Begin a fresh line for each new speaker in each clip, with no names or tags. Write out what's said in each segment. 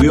We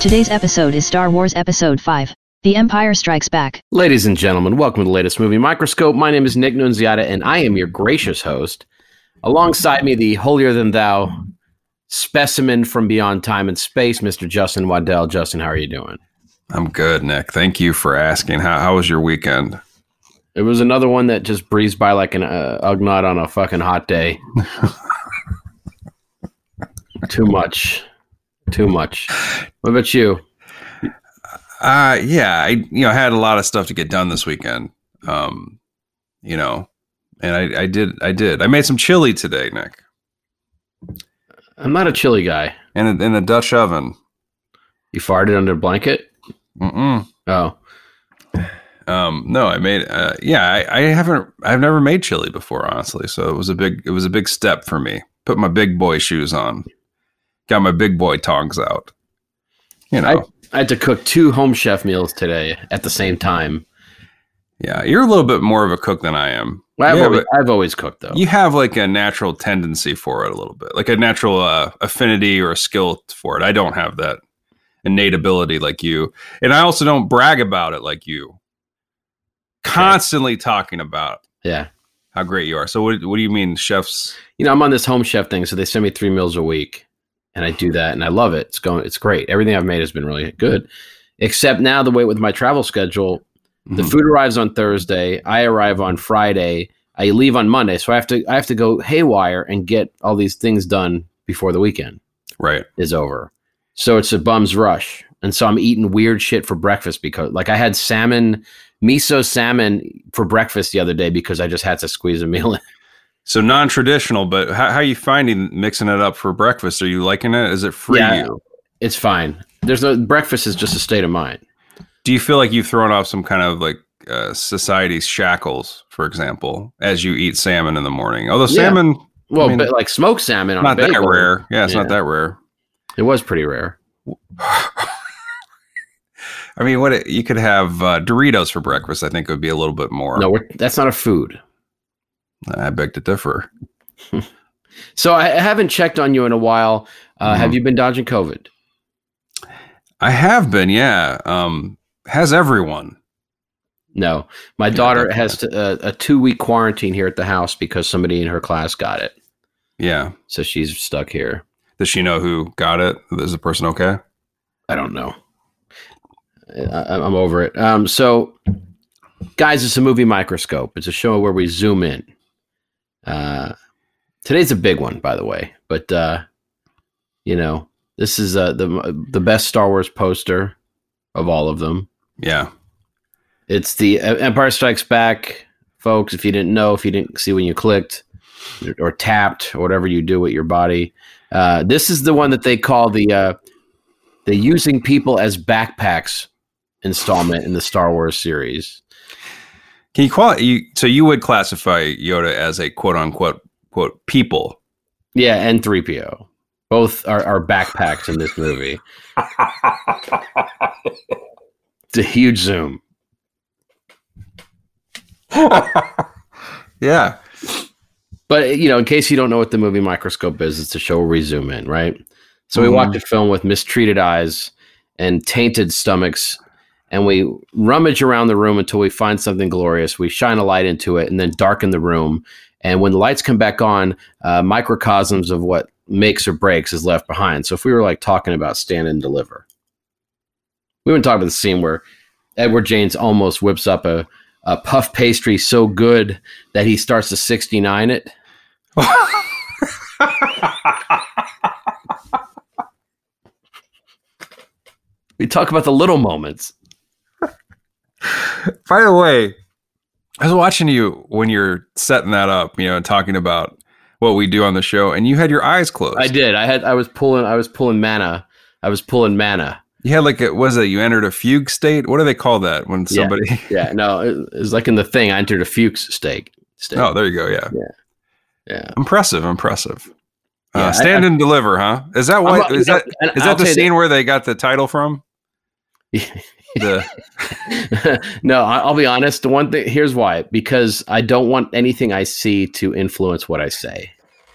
Today's episode is Star Wars Episode 5 The Empire Strikes Back.
Ladies and gentlemen, welcome to the latest movie microscope. My name is Nick Nunziata, and I am your gracious host. Alongside me, the holier than thou specimen from beyond time and space, Mr. Justin Waddell. Justin, how are you doing?
I'm good, Nick. Thank you for asking. How, how was your weekend?
It was another one that just breezed by like an uh, ugnaught on a fucking hot day. Too much. Too much. What about you?
Uh, yeah, I you know I had a lot of stuff to get done this weekend. Um, you know, and I, I did I did I made some chili today, Nick,
I'm not a chilly guy.
in a, in a Dutch oven.
You farted under a blanket?
Mm-mm.
Oh,
Um, no, I made uh, yeah I, I haven't I've never made chili before honestly, so it was a big it was a big step for me. Put my big boy shoes on, got my big boy tongs out. You know,
I had to cook two home chef meals today at the same time.
yeah, you're a little bit more of a cook than I am.
Well, I've,
Yeah,
always, I've always cooked though.
you have like a natural tendency for it a little bit like a natural uh, affinity or a skill for it i don't have that innate ability like you and i also don't brag about it like you constantly talking about
yeah.
how great you are so what, what do you mean chefs
You know, I'm on this home chef thing, so they send me three meals a week, and I do that, and I love it. It's going, it's great. Everything I've made has been really good, except now the way with my travel schedule, the
Mhm.
food arrives on Thursday, I arrive on Friday, I leave on Monday, so I have to I have to go haywire and get all these things done before the weekend.
right
is over. So it's a bum's rush. And so I'm eating weird shit for breakfast because like I had salmon, miso salmon for breakfast the other day because I just had to squeeze a meal in.
so non-traditional but how, how are you finding mixing it up for breakfast are you liking it is it free
Yeah.
you
It's fine. There's no breakfast is just a state of mind.
do you feel like you've thrown off some kind of like uh, society's shackles for example as you eat salmon in the morning although
Yeah.
salmon
Well,
I mean,
but like smoked salmon on
not
a
that
bagel,
rare yeah it's
Yeah.
not that rare
It was pretty rare.
I mean, what you could have uh, Doritos for breakfast. I think would be a little bit more.
No, we're, that's not a food.
I beg to differ.
So I, I haven't checked on you in a while. Uh, Have
Mhm.
you been dodging COVID?
I have been, yeah. Um, has everyone?
No, my
Yeah,
daughter
that's
has to, uh, a two week quarantine here at the house because somebody in her class got it.
Yeah.
So she's stuck here.
Does she know who got it? Is the person okay?
I don't know. I, I'm over it. Um, so, guys, it's a movie microscope. It's a show where we zoom in. Uh, today's a big one, by the way. But uh, you know, this is uh, the the best Star Wars poster of all of them.
Yeah.
It's the uh, Empire Strikes Back, folks. If you didn't know, if you didn't see when you clicked or, or tapped or whatever you do with your body, uh, this is the one that they call the uh, the using people as backpacks installment in the Star Wars series.
Can you qual? You so you would classify Yoda as a quote unquote quote people?
Yeah, and three PO. Both are, are backpacks in this movie. it's a huge zoom.
Yeah.
But you know, in case you don't know what the movie microscope is, it's a show where we zoom in, right? So
Mhm.
we watched a film with mistreated eyes and tainted stomachs and we rummage around the room until we find something glorious. We shine a light into it and then darken the room. And when the lights come back on, uh, microcosms of what makes or breaks is left behind. So if we were like talking about stand and deliver, we wouldn't talk about the scene where Edward James almost whips up a, a puff pastry so good that he starts to 69 it. We talk about the little moments.
By the way, I was watching you when you're setting that up, you know, and talking about what we do on the show, and you had your eyes closed.
I did. I had. I was pulling. I was pulling mana. I was pulling mana.
You had like a was it you entered a fugue state? What do they call that when
Yeah.
somebody?
Yeah. No. It, it was like in the thing. I entered a Fuchs stake. stake.
Oh, there you go. Yeah.
yeah.
Impressive. Impressive.
Yeah, I-
uh, stand and deliver, huh? Is that
I'm
what?
not-
Is that
and
is
I'll
that the
tell you
scene where they got the title from? the
no, I- I'll be honest. The one thing here's why because I don't want anything I see to influence what I say.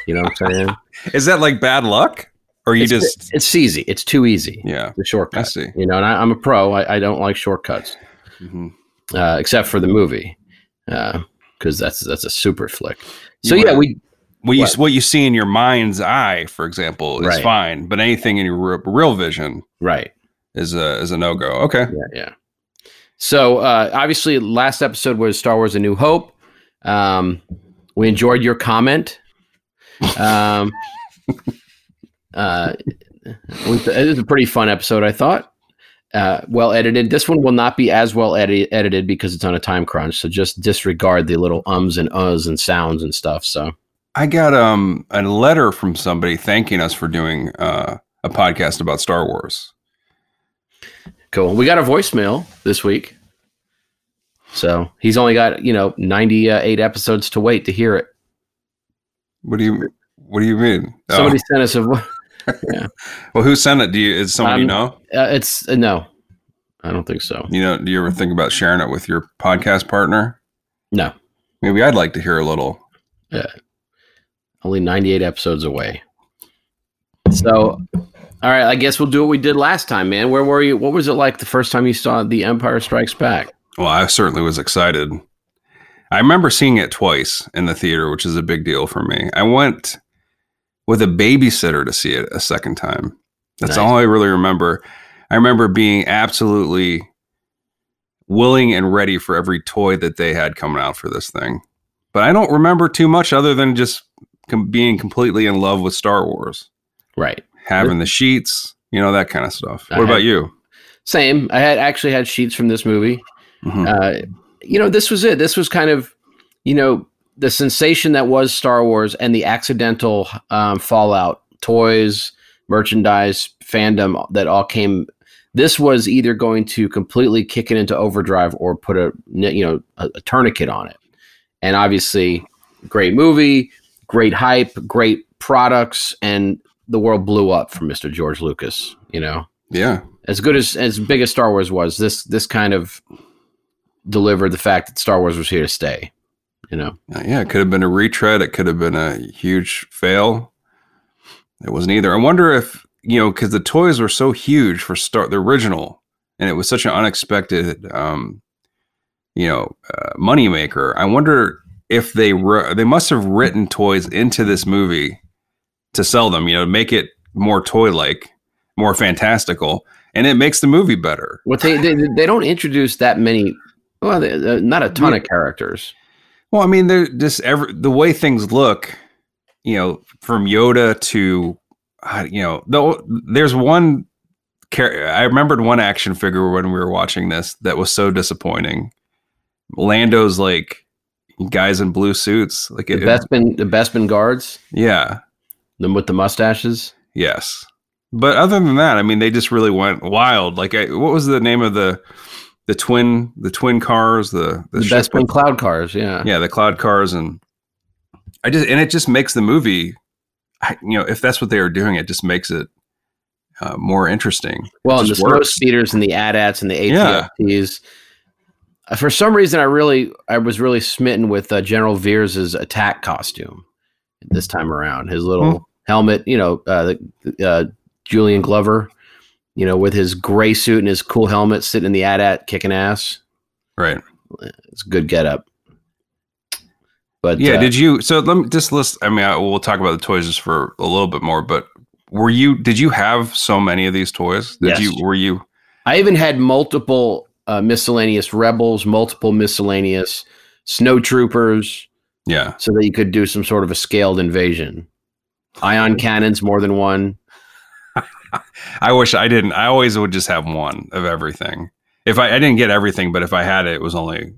You know what I'm saying?
is that like bad luck, or you
it's,
just
it's easy. It's too easy.
yeah?
The
I
shortcut.
see.
You know, and I, I'm a pro. I, I don't like shortcuts.
Mhm.
uh, except for the movie, because that's that's a super flick. So
You
yeah,
were-
we
What you
What?
what you see in your mind's eye, for example, is
Right.
fine, but anything in your re- real vision
right,
is a is a no go. Okay.
yeah, yeah. So uh, obviously, last episode was Star Wars: A New Hope. Um, we enjoyed your comment. Um, uh, it was- it was a pretty fun episode, I thought. Uh, well edited. This one will not be as well edi- edited because it's on a time crunch. So just disregard the little ums and uhs and sounds and stuff. So
I got um a letter from somebody thanking us for doing uh, a podcast about Star Wars.
Cool. We got a voicemail this week. So he's only got, you know, 98 episodes to wait to hear it.
What do you What do you mean? Oh,
Somebody sent us a. vo-
well, who sent it? Do you? Is someone
Um,
you know?
Uh, it's uh, no, I don't think so.
You know? Do you ever think about sharing it with your podcast partner?
No,
Maybe I'd like to hear a little.
only 98 episodes away. So, all right, I guess we'll do what we did last time, man. Where were you? What was it like the first time you saw The Empire Strikes Back?
Well, I certainly was excited. I remember seeing it twice in the theater, which is a big deal for me. I went with a babysitter to see it a second time. That's
Nice.
all I really remember. I remember being absolutely willing and ready for every toy that they had coming out for this thing. But I don't remember too much other than just com- being completely in love with Star Wars,
Right.
having the sheets, you know, that kind of stuff.
I
What about
had-
you?
Same. I had actually had sheets from this movie.
Mhm.
uh, you know, this was it. This was kind of, you know, the sensation that was Star Wars and the accidental um, fallout, toys, merchandise, fandom that all came. This was either going to completely kick it into overdrive or put a you know a, a tourniquet on it. And obviously, great movie, great hype, great products, and the world blew up for Mr. George Lucas. You know
yeah.
as good as as big as Star Wars was, this this kind of delivered the fact that Star Wars was here to stay. You know,
Uh, yeah, it could have been a retread. It could have been a huge fail. It wasn't either. I wonder if you know because the toys were so huge for Star the original, and it was such an unexpected, um, you know, uh, money maker. I wonder if they wr- they must have written toys into this movie to sell them. You know, make it more toy like, more fantastical, and it makes the movie better.
what they they, they don't introduce that many. Well, they, uh, not a ton of characters.
Well, I mean, they're just every the way things look, you know, from Yoda to, uh, you know, though there's one. Char- I remembered one action figure when we were watching this that was so disappointing. Lando's like guys in blue suits, like
The
it,
Bespin the Bespin guards,
yeah,
them with the mustaches.
yes. But other than that, I mean, they just really went wild. Like, I, what was the name of the the twin the twin cars the
The,
ship
Bespin
with-
cloud cars. Yeah.
yeah the cloud cars and i just and it just makes the movie I- you know if that's what they were doing it just makes it uh, more interesting
Well,
It
and the
just
snow
works.
speeders and the AT-ATs and the
Yeah.
ATFTs. Uh, For some reason, I really, I was really smitten with uh, General Veers's attack costume this
Hmm.
time around. His little helmet, you know, uh, the, uh, Julian Glover you know, with his gray suit and his cool helmet, sitting in the AT-AT kicking ass.
Right.
It's a good getup. But
yeah.
uh,
did you? So let me just list. I mean, I, we'll talk about the toys just for a little bit more. But were you? Did you have so many of these toys? Did
Yes.
you? Were you?
I even had multiple uh, miscellaneous rebels, multiple miscellaneous snow troopers,
Yeah.
so that you could do some sort of a scaled invasion. Ion cannons, more than one.
I wish I didn't. I always would just have one of everything. If I, I didn't get everything, but if I had it, it was only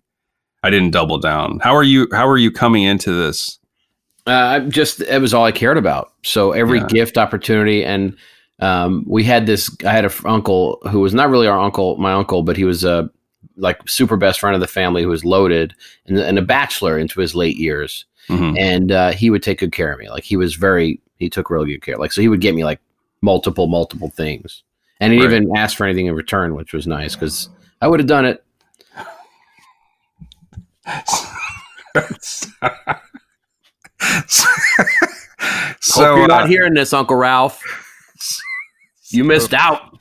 I didn't double down. How are you? How are you coming into this?
Uh, I just it was all I cared about. So every
Yeah.
gift opportunity, and um, we had this. I had an uncle who was not really our uncle, my uncle, but he was a like super best friend of the family who was loaded and, and a bachelor into his late years.
Mhm.
and uh, he would take good care of me. Like he was very, he took really good care. Like so, he would get me like multiple, multiple things, and he
Right.
even asked for anything in return, which was nice because I would have done it. So
so
Hope you're not
uh,
hearing this, Uncle Ralph. You missed out.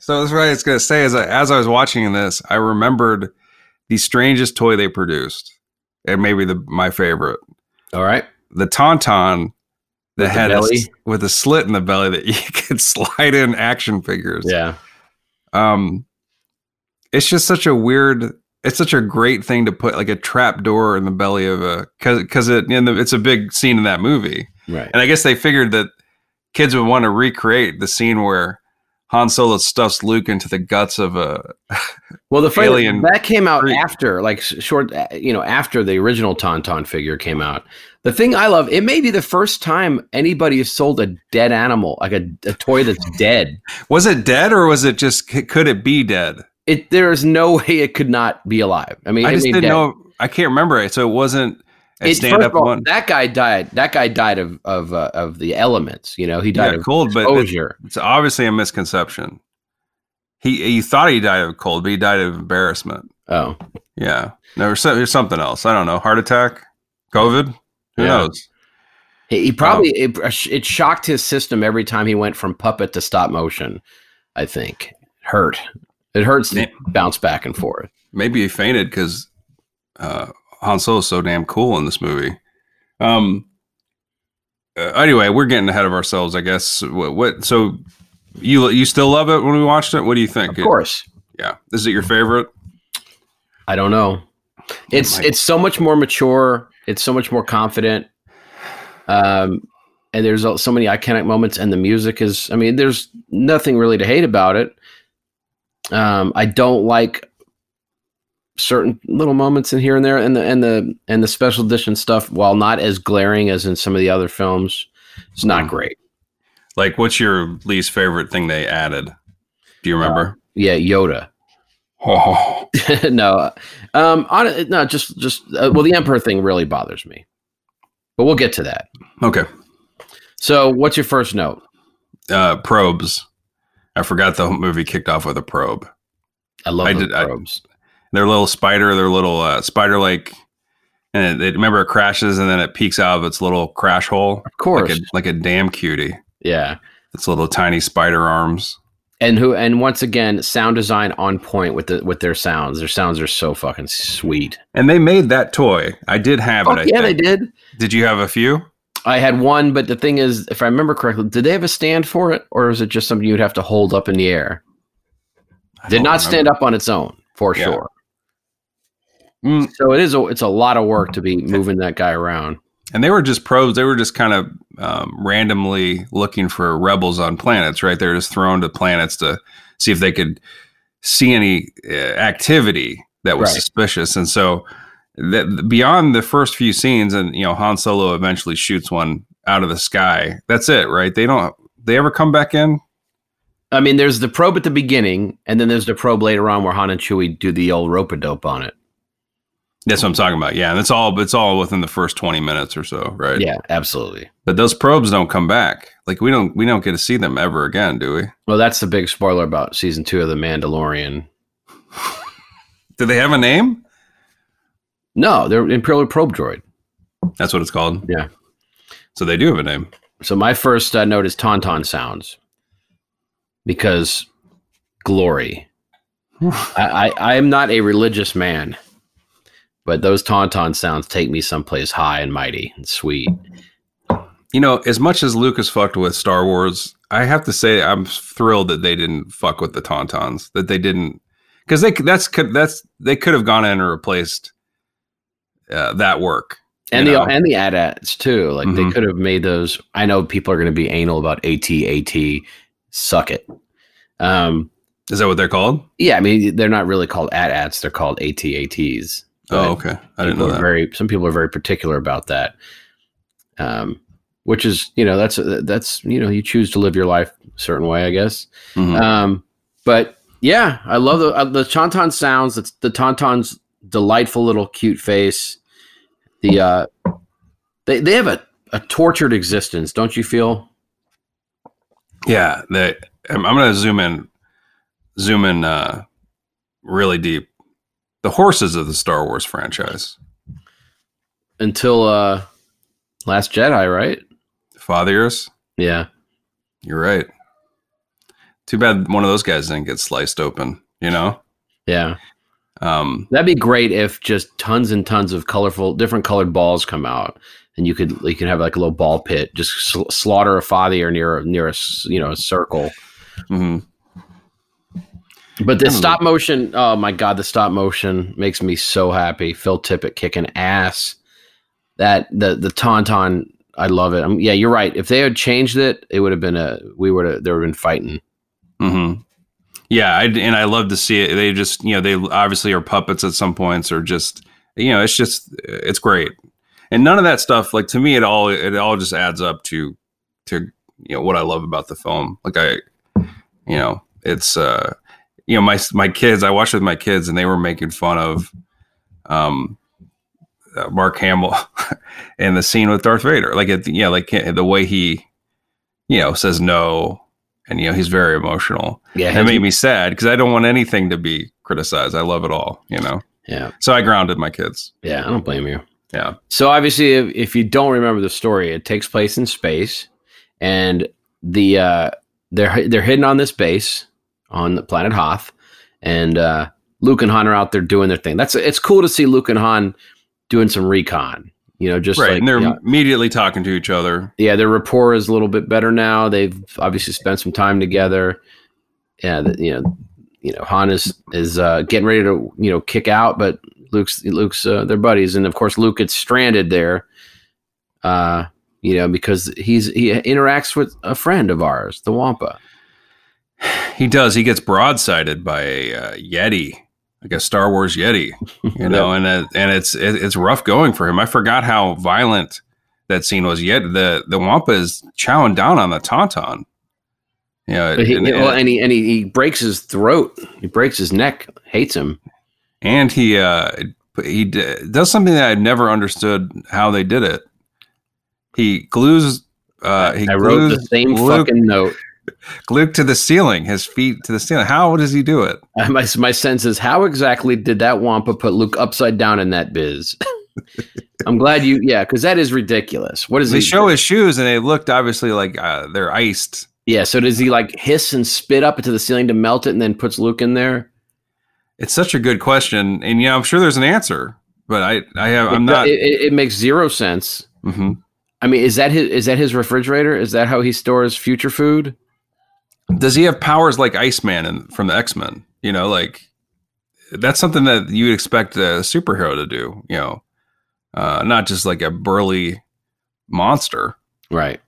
So that's what I was going to say is that as I was watching this, I remembered the strangest toy they produced, and maybe the my favorite,
All right.
the Tauntaun that
With the
had a s-
belly?
with a slit in the belly that you could slide in action figures.
Yeah.
Um, it's just such a weird. It's such a great thing to put like a trap door in the belly of a because because it in the, it's a big scene in that movie.
Right.
And I guess they figured that kids would want to recreate the scene where Han Solo stuffs Luke into the guts of a.
Well, the funny
Alien
that came out
Three.
after, like s- short, uh, you know, after the original Tauntaun figure came out. The thing I love, it may be the first time anybody has sold a dead animal, like a, a toy that's dead.
Was it dead or was it just c- could it be dead?
It there is no way it could not be alive. I mean,
I
it
just
made
didn't
dead.
know. I can't remember it, so it wasn't a
It-
stand
first
up
of all,
one.
That guy died. That guy died of of uh, of the elements. You know, he died
Yeah,
of
cold, but it-
exposure.
it's obviously a misconception. He he thought he died of cold, but he died of embarrassment.
oh,
Yeah, no, there's so- there's something else. I don't know. Heart attack, COVID. Who
Yeah.
knows?
he, he probably it, uh, it shocked his system every time he went from puppet to stop motion. I think hurt. It hurts to
Yeah.
bounce back and forth.
Maybe he fainted because uh, Han Solo's so damn cool in this movie. Um. uh, anyway, we're getting ahead of ourselves, I guess. What? what so you you still love it when we watched it? What do you think?
Of course,
Yeah. Is it your favorite?
I don't know. It's
might-
it's so much more mature. It's so much more confident. Um, and there's al- so many iconic moments, and the music is. I mean, there's nothing really to hate about it. Um, I don't like certain little moments in here and there, and the and the and the special edition stuff. While not as glaring as in some of the other films, it's not
Mm.
great.
Like, what's your least favorite thing they added? Do you remember?
Yeah, Yoda. Uh,
oh,
no, um, on, no, just just uh, well, the emperor thing really bothers me, but we'll get to that.
okay.
So, what's your first note?
uh, probes. I forgot the whole movie kicked off with a probe.
I love
I
those
did- I-
probes.
Their little spider, their little uh, spider like, and it, it- remember it crashes and then it peeks out of its little crash hole.
of course,
Like a, like a damn cutie.
yeah.
Its little tiny spider arms.
And who? And once again, sound design on point with the with their sounds. Their sounds are so fucking sweet.
And they made that toy. I did have
Fuck
it. I
Oh, yeah,
think.
they did.
did. you have a few?
I had one, but the thing is, if I remember correctly, did they have a stand for it, or is it just something you'd have to hold up in the air?
I
Did
don't
not
remember.
stand up on its own for
Yeah.
sure.
Mm.
So it is. A, it's a lot of work to be moving that guy around.
And they were just probes. They were just kind of um, randomly looking for rebels on planets, right? They're just thrown to planets to see if they could see any uh, activity that was
Right.
suspicious. And so, that, beyond the first few scenes, and you know, Han Solo eventually shoots one out of the sky. That's it, right? They don't. They ever come back in?
I mean, there's the probe at the beginning, and then there's the probe later on where Han and Chewie do the old rope a dope on it.
That's what I'm talking about. Yeah, and it's all it's all within the first 20 minutes or so, right?
Yeah, absolutely.
But those probes don't come back. Like we don't we don't get to see them ever again, do we?
Well, that's the big spoiler about season two of The Mandalorian.
Do they have a name?
No, they're Imperial Probe Droid.
That's what it's called.
Yeah.
So they do have a name.
So my first uh, note is tauntaun sounds because glory. I, I I am not a religious man, but those tauntaun sounds take me someplace high and mighty and sweet.
You know, as much as Lucas fucked with Star Wars, I have to say I'm thrilled that they didn't fuck with the Tauntauns. That they didn't, because they c- that's could that's they could have gone in and replaced uh, that work.
and
you
the
know?
and the AT-ATs too. Like
Mhm.
they could have made those. I know people are going to be anal about AT AT. Suck it. Um,
Is that what they're called?
yeah, I mean they're not really called AT-ATs. They're called AT-ATs.
Oh, okay. I didn't
people
know
are
that.
Very some people are very particular about that. Um, which is you know that's that's you know you choose to live your life a certain way, I guess.
Mhm.
Um, but yeah, I love the uh, the Tauntaun sounds. The, the Tauntaun's delightful little cute face. The uh, they they have a, a tortured existence, don't you feel?
yeah, they. I'm, I'm gonna zoom in, zoom in, uh, really deep. The horses of the Star Wars franchise.
Until uh, Last Jedi, right?
Father years.
Yeah,
You're right. Too bad one of those guys didn't get sliced open. You know.
yeah.
Um,
That'd be great if just tons and tons of colorful, different colored balls come out, and you could you could have like a little ball pit, just sl- slaughter a father near a- near a s- you know a circle.
mhm.
But
I
the
don't
stop motion, oh my god, the stop motion makes me so happy. Phil Tippett kicking ass. That the the tauntaun, I love it. i yeah, you're right. If they had changed it, it would have been a we would have there would have been fighting.
Mm-hmm. Yeah, I, and I love to see it. They just, you know, they obviously are puppets at some points, or just, you know, it's just, it's great. And none of that stuff, like to me, it all, it all just adds up to, to, you know, what I love about the film. Like I, you know, it's, uh, you know, my my kids, I watched it with my kids, and they were making fun of, um, uh, Mark Hamill and the scene with Darth Vader. Like, it, yeah, like the way he, you know, says no, and you know, he's very emotional
Yeah,
that made me sad because I don't want anything to be criticized. I love it all, you know.
yeah,
So I grounded my kids.
yeah. I don't blame you.
Yeah.
So obviously, if, if you don't remember the story, it takes place in space, and the uh, they're they're hidden on this base on the planet Hoth, and uh, Luke and Han are out there doing their thing. That's it's cool to see Luke and Han doing some recon. You know, just
right.
like
and they're
yeah,
immediately talking to each other.
yeah, their rapport is a little bit better now. They've obviously spent some time together. Yeah, the, you know, you know, Han is is uh, getting ready to you know kick out, but Luke's Luke's uh, their buddies, and of course Luke gets stranded there. Uh, you know, because he's he interacts with a friend of ours, the Wampa.
He does. He gets broadsided by a uh, Yeti, like a Star Wars Yeti, you know, and uh, and it's it, it's rough going for him. I forgot how violent that scene was. Yet the the Wampa is chowing down on the Tauntaun. Yeah,
But he,
and,
well,
and,
and he and he, he breaks his throat, he breaks his neck, hates him.
and he uh he d- does something that I've never understood how they did it. He glues. Uh, he
I wrote the
glues
same
Luke
fucking note.
glued to the ceiling, his feet to the ceiling. How does he do it?
My, my sense is how exactly did that Wampa put Luke upside down in that biz? I'm glad you, yeah, because that is ridiculous. What is
They
he?
show his shoes, and they looked obviously like uh, they're iced.
yeah, so does he like hiss and spit up into the ceiling to melt it and then puts Luke in there?
It's such a good question, and yeah, I'm sure there's an answer, but I, I have, I'm
It-
not.
It, it, it makes zero sense.
Mhm.
I mean, is that his? Is that his refrigerator? Is that how he stores future food?
Does he have powers like Iceman in, from the X Men? You know, like that's something that you'd expect a superhero to do. You know, uh, not just like a burly monster.
Right.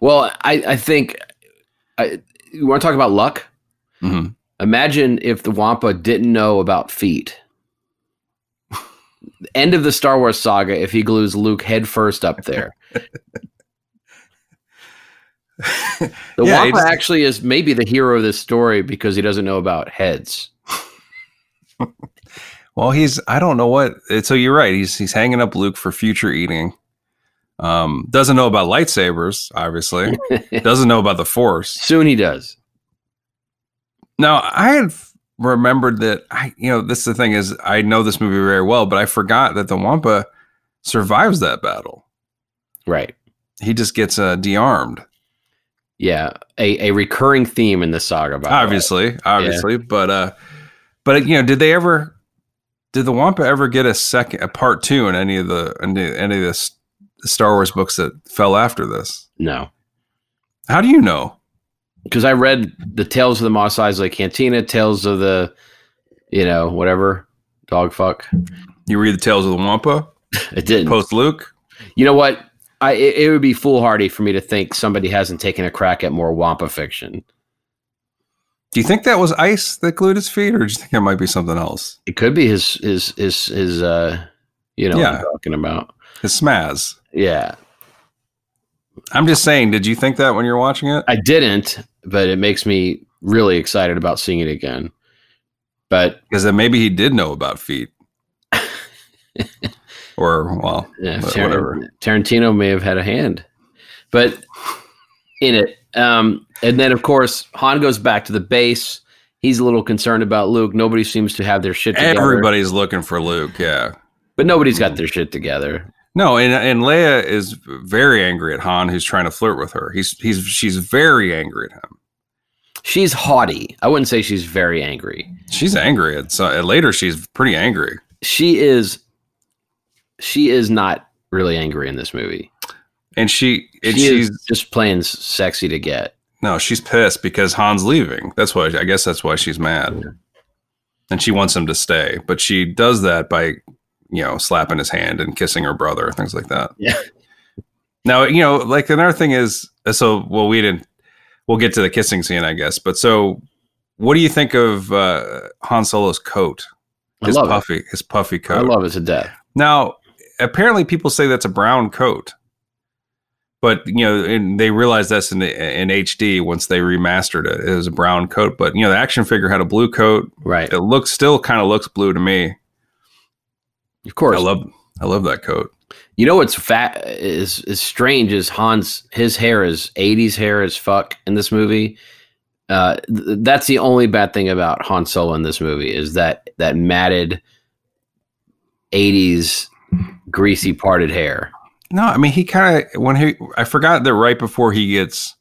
Well, I I think I, you want to talk about luck.
Mhm.
Imagine if the Wampa didn't know about feet. End of the Star Wars saga if he glues Luke head first up there. The
Yeah, he
Wampa
just-
actually is maybe the hero of this story because he doesn't know about heads.
Well, he's I don't know what. it- So you're right. He's he's hanging up Luke for future eating. Um, doesn't know about lightsabers, obviously. doesn't know about the Force.
Soon he does.
Now I had f- remembered that I, you know, this is the thing is I know this movie very well, but I forgot that the Wampa survives that battle.
Right.
he just gets uh, dearmed.
Yeah, a, a recurring theme in the saga. By the way.
obviously, obviously, but uh, but you know, did they ever? Did the Wampa ever get a second, a part two in any of the any, any of the S- Star Wars books that fell after this?
no,
How do you know?
because I read the Tales of the Mos Eisley Cantina, Tales of the, you know, whatever dog fuck.
You read the Tales of the Wampa
It didn't.
post Luke?
you know what? I it, it would be foolhardy for me to think somebody hasn't taken a crack at more Wampa fiction.
Do you think that was ice that glued his feet, or do you think it might be something else?
It could be his his his his uh, you know, what I'm talking about.
His smaz.
Yeah,
I'm just saying. Did you think that when you were watching it?
I didn't, but it makes me really excited about seeing it again. But
Because then maybe he did know about feet. or well,
Yeah,
But
Tar-
whatever.
uh, Tarantino may have had a hand, but in it. Um, and then, of course, Han goes back to the base. He's a little concerned about Luke. Nobody seems to have their shit together.
everybody's looking for Luke. Yeah.
but nobody's got their shit together.
No, and and Leia is very angry at Han, who's trying to flirt with her. He's he's she's very angry at him.
She's haughty. I wouldn't say she's very angry.
She's angry at so and later. She's pretty angry.
She is. She is not really angry in this movie.
And she and
she
she's
is just plain s- sexy to get.
no, she's pissed because Han's leaving. That's why I guess that's why she's mad. And she wants him to stay, but she does that by, you know, slapping his hand and kissing her brother, things like that.
Yeah.
Now, you know, like another thing is uh, so well we didn't we'll get to the kissing scene, I guess. But so what do you think of uh Han Solo's coat?
I
His
love it.
puffy his puffy coat.
I love it to death.
Now, apparently, people say that's a brown coat, but you know, and they realized that's in in HD once they remastered it. It was a brown coat, but you know, the action figure had a blue coat.
Right.
It looks still kind of looks blue to me.
Of course.
I love I love that coat.
You know what's fat is is strange is Hans his hair is 80s hair as fuck in this movie. Uh, th- that's the only bad thing about Han Solo in this movie is that that matted 80s greasy parted hair.
No, I mean he kind of when he I forgot that right before he gets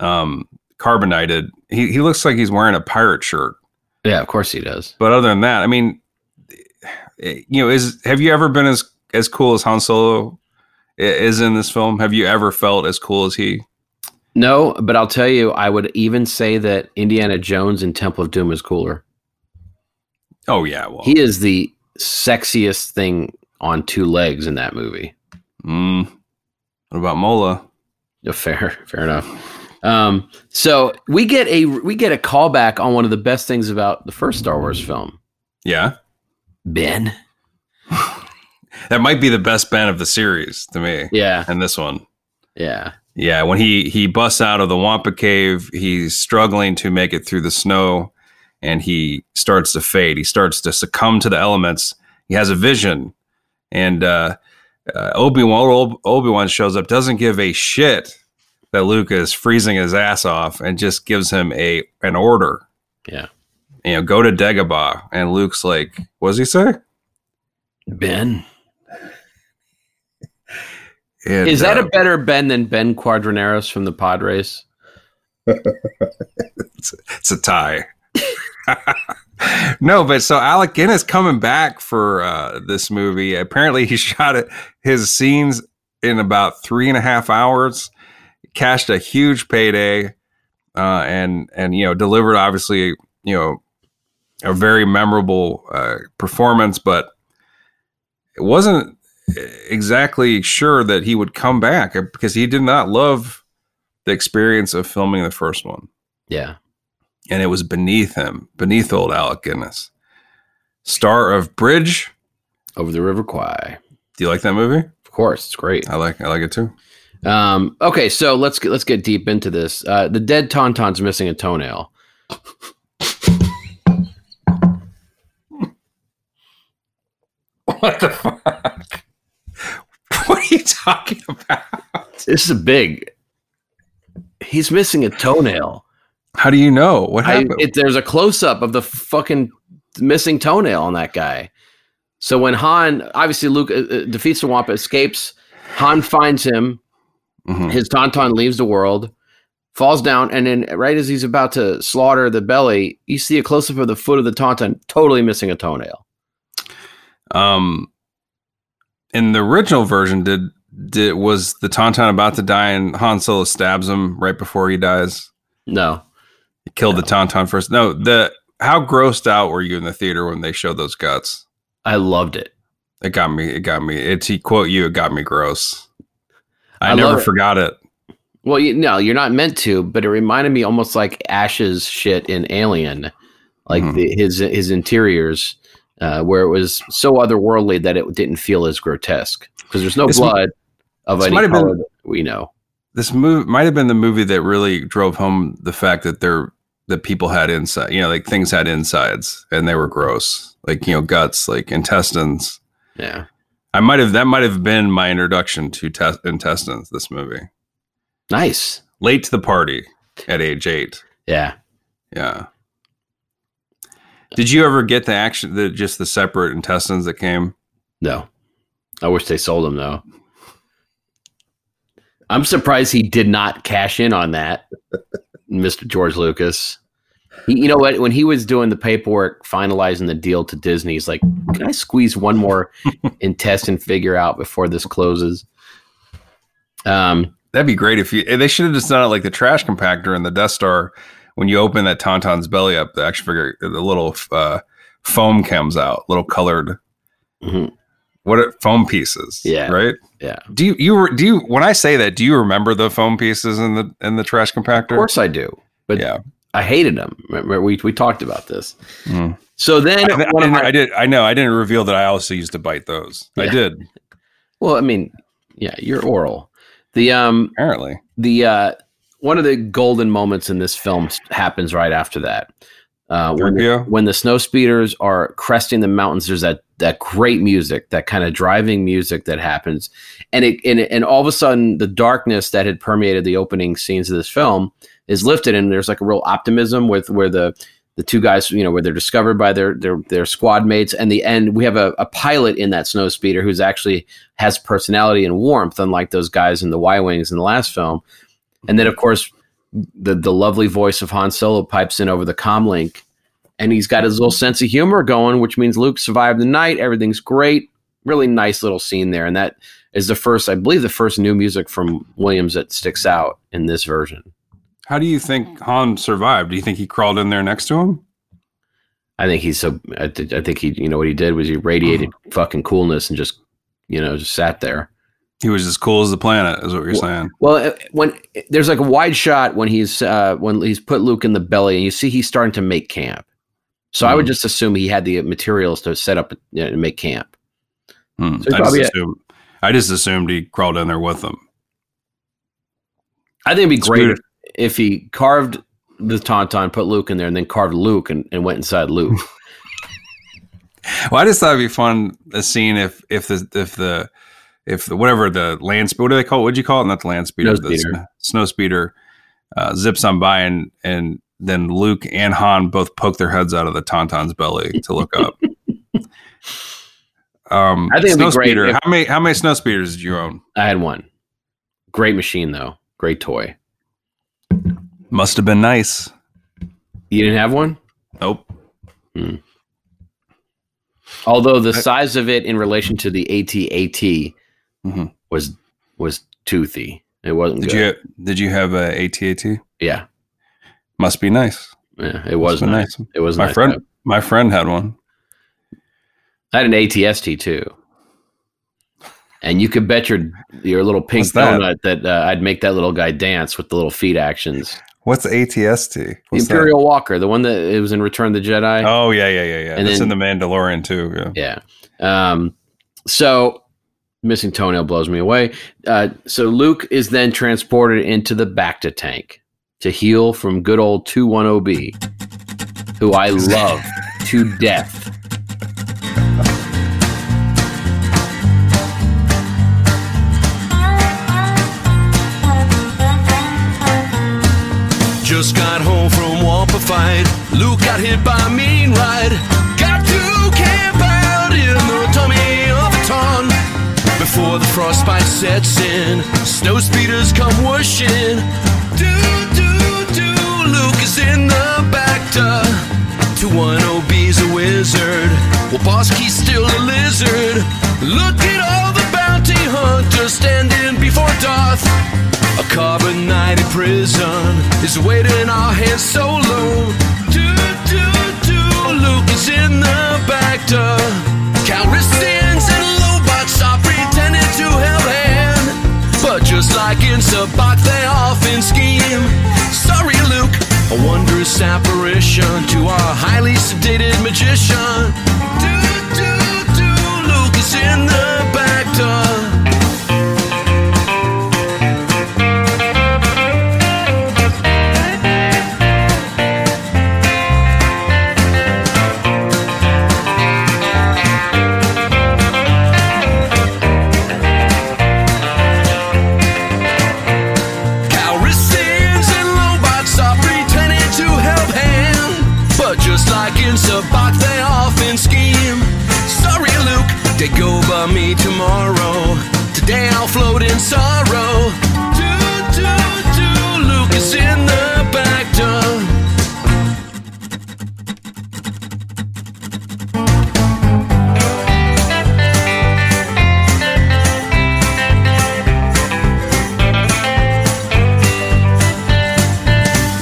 um carbonated, he he looks like he's wearing a pirate shirt.
Yeah, of course he does.
But other than that, I mean, eh, you know, is have you ever been as as cool as Han Solo i- is in this film? Have you ever felt as cool as he?
No, but I'll tell you, I would even say that Indiana Jones and Temple of Doom is cooler.
Oh yeah, well,
He is the sexiest thing on two legs in that movie.
mm, what about Mola?
Yeah, fair, fair enough. Um, so we get a we get a callback on one of the best things about the first Star Wars film.
Yeah,
Ben.
that might be the best band of the series to me.
Yeah,
And this one,
yeah,
yeah, when he he busts out of the Wampa cave, he's struggling to make it through the snow, and he starts to fade. He starts to succumb to the elements. He has a vision, and uh, uh, Obi Wan Obi Wan shows up, doesn't give a shit that Luke is freezing his ass off, and just gives him a an order.
Yeah.
you know, go to Dagobah, and Luke's like, "What does he say?"
Ben.
And,
Is that
uh,
a better Ben than Ben Quadraneros from the Padres?
It's a tie. no, but so Alec Guinness coming back for uh, this movie. Apparently, he shot it, his scenes in about three and a half hours, cashed a huge payday, uh, and and you know delivered obviously you know a very memorable uh, performance, but it wasn't exactly sure that he would come back because he did not love the experience of filming the first one
Yeah,
and it was beneath him, beneath old Alec Guinness, star of Bridge.
over the River Kwai.
Do you like that movie?
Of course, it's great.
I like, I like it too.
Um, okay, so let's get, let's get deep into this. Uh, the dead Tauntaun's missing a toenail.
What the fuck? What are you talking about?
This is big. He's missing a toenail.
How do you know what
I,
happened?
it, there's a close up of the fucking missing toenail on that guy. So when Han, obviously Luke uh, uh, defeats the Wampa, escapes. Han finds him,
Mhm.
his tauntaun leaves the world falls down and then right as he's about to slaughter the belly you see a close-up of the foot of the tauntaun totally missing a toenail
Um, in the original version, did did was the Tauntaun about to die and Han Solo stabs him right before he dies?
no
He killed the Tauntaun first. No, the how grossed out were you in the theater when they showed those guts?
i loved it
It got me. It got me. It's he quote you. It got me gross. I,
I
never
love it.
forgot it.
well you, no you're not meant to but it reminded me almost like ash's shit in alien like
Mhm.
the, his his interiors uh, where it was so otherworldly that it didn't feel as grotesque because there's no
This m-
blood of
this
any
might have been-
color that we know
This movie might have been the movie that really drove home the fact that there that people had inside. You know, like things had insides and they were gross. Like you know, guts, like intestines.
yeah
I might have that might have been my introduction to test intestines. This movie,
nice
late to the party at age eight.
yeah
Yeah. Did you ever get the action? The just the separate intestines that came.
No. I wish they sold him though. I'm surprised he did not cash in on that, Mr. George Lucas. He, you know what? When he was doing the paperwork, finalizing the deal to Disney, he's like, "Can I squeeze one more intestine figure out before this closes?" Um,
That'd be great if you. eh, They should have just done it like the trash compactor in the Death Star. When you open that Tauntaun's belly up, the action figure, the little uh, foam comes out, little colored.
Mhm.
What are, foam pieces?
Yeah.
Right.
Yeah.
Do you you re- do you when I say that? Do you remember the foam pieces in the in the trash compactor?
of course I do, but
Yeah.
I hated him. Remember, we we talked about this. Hmm.
Mm.
So then,
I,
one of
didn't-
my-
I did. I know. I didn't reveal that I also used to bite those. I
Yeah.
did
well, I mean, yeah, you're oral. The um,
apparently.
the uh, one of the golden moments in this film s- happens right after that. Uh, when, the,
3PO?
when the snow speeders are cresting the mountains, there's that that great music, that kind of driving music that happens, and it and, it- and all of a sudden the darkness that had permeated the opening scenes of this film is lifted, and there's like a real optimism with where the the two guys, you know, where they're discovered by their their their squad mates, and the end we have a, a pilot in that snow speeder who's actually has personality and warmth, unlike those guys in the Y wings in the last film. And then, of course, the the lovely voice of Han Solo pipes in over the com link, and he's got his little sense of humor going, which means Luke survived the night. Everything's great. Really nice little scene there, and that is the first, I believe, the first new music from Williams that sticks out in this version.
How do you think Han survived? Do you think he crawled in there next to him?
I think he's so. I, th- I think he, you know, what he did was he radiated fucking coolness and just, you know, just sat there.
He was as cool as the planet, is what you're
Wha-
saying.
Well, uh, when there's like a wide shot when he's uh, when he's put Luke in the belly, and you see he's starting to make camp. So I would
Mhm.
just assume he had the materials to set up you know, and make camp.
Hmm.
So he
I, just
probably-
assumed, I just assumed he crawled in there with them.
I think it'd be
It's
great if,
beautiful.
if he carved the tauntaun, put Luke in there, and then carved Luke and, and went inside Luke.
Well, I just thought it'd be fun a scene if if the if the if the, whatever the land sp- what do they call it? What'd you call it? Not the land speeder,
Snow
the
speeder.
sn- snow speeder uh, zips on by and and then Luke and Han both poke their heads out of the Tauntaun's belly to look up. um,
I think it'd be
snow
great
speeder.
if-
how many how many snow speeders did you own?
I had one great machine though, great toy.
Must have been nice.
You didn't have one,
Nope.
although the
I-
size of it in relation to the ATAT
Mhm.
was was toothy. It wasn't.
Did
good.
you did you have a ATAT?
Yeah,
Must be nice.
yeah. It was
been
nice.
nice.
It was
My
nice.
friend my friend had one.
I had an ATST too. And you could bet your your little pink
What's that?
donut that, uh, I'd make that little guy dance with the little feet actions.
What's ATST?
The
What's that?
Imperial Walker, the one that it was in Return of the Jedi.
Oh yeah, yeah, yeah, yeah.
And
That's
then-
in the Mandalorian too. Yeah.
Yeah. Um, so missing toenail blows me away. Uh, so Luke is then transported into the Bacta tank to heal from good old 210B, who I love to death.
Just got home from Wampa fight. Luke got hit by a mean ride. Got to camp out in the tummy of a ton. Before
before the frostbite sets in. Snow speeders come whooshing. Do, do, do. Luke is in the back door. 210 B's a wizard. Well, Boss Key's still a lizard. Look at all the bounty hunters standing before Darth. A carbon night in prison is waiting our hands solo. Do, do, do. Luke is in the back door. Calrissians and Lobots are pretending to help hand. But just like in Sabak, they often scheme. Sorry, Luke. A wondrous apparition to our highly sedated magician. Do, do, do. Luke is in the back door. Calrissians and Lobots are pretending to help him. But just like in Sabak, they often scheme. Sorry, Luke, they go by me tomorrow. Today I'll float in sorrow. Do, do, do, Luke is in the back door.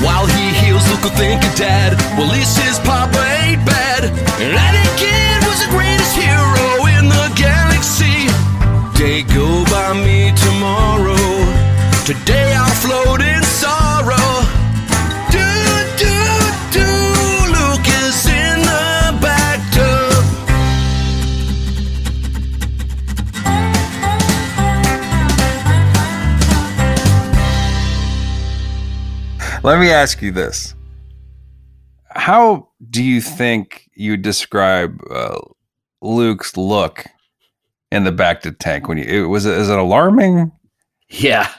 While he heals, Luke will think of dad. Well, at least his papa ain't bad. And Anakin was the greatest hero in the galaxy. They go by me tomorrow. Today I'll float in sorrow. Do, do, do. Luke is in the back tub.
Let me ask you this: How do you think you describe uh, Luke's look in the back to tank when you it was? It, is it alarming?
Yeah.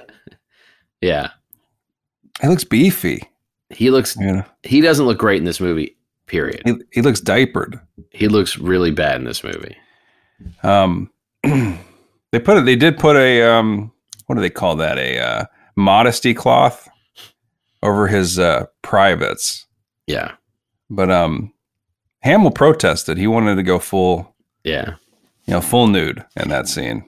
Yeah.
He looks beefy.
He looks
You know,
he doesn't look great in this movie, period.
he, he looks diapered.
He looks really bad in this movie.
Um, they put it. They did put a um, what do they call that? A uh, modesty cloth over his uh, privates.
Yeah.
But um, Hamill protested. He wanted to go full,
Yeah.
you know, full nude in that scene.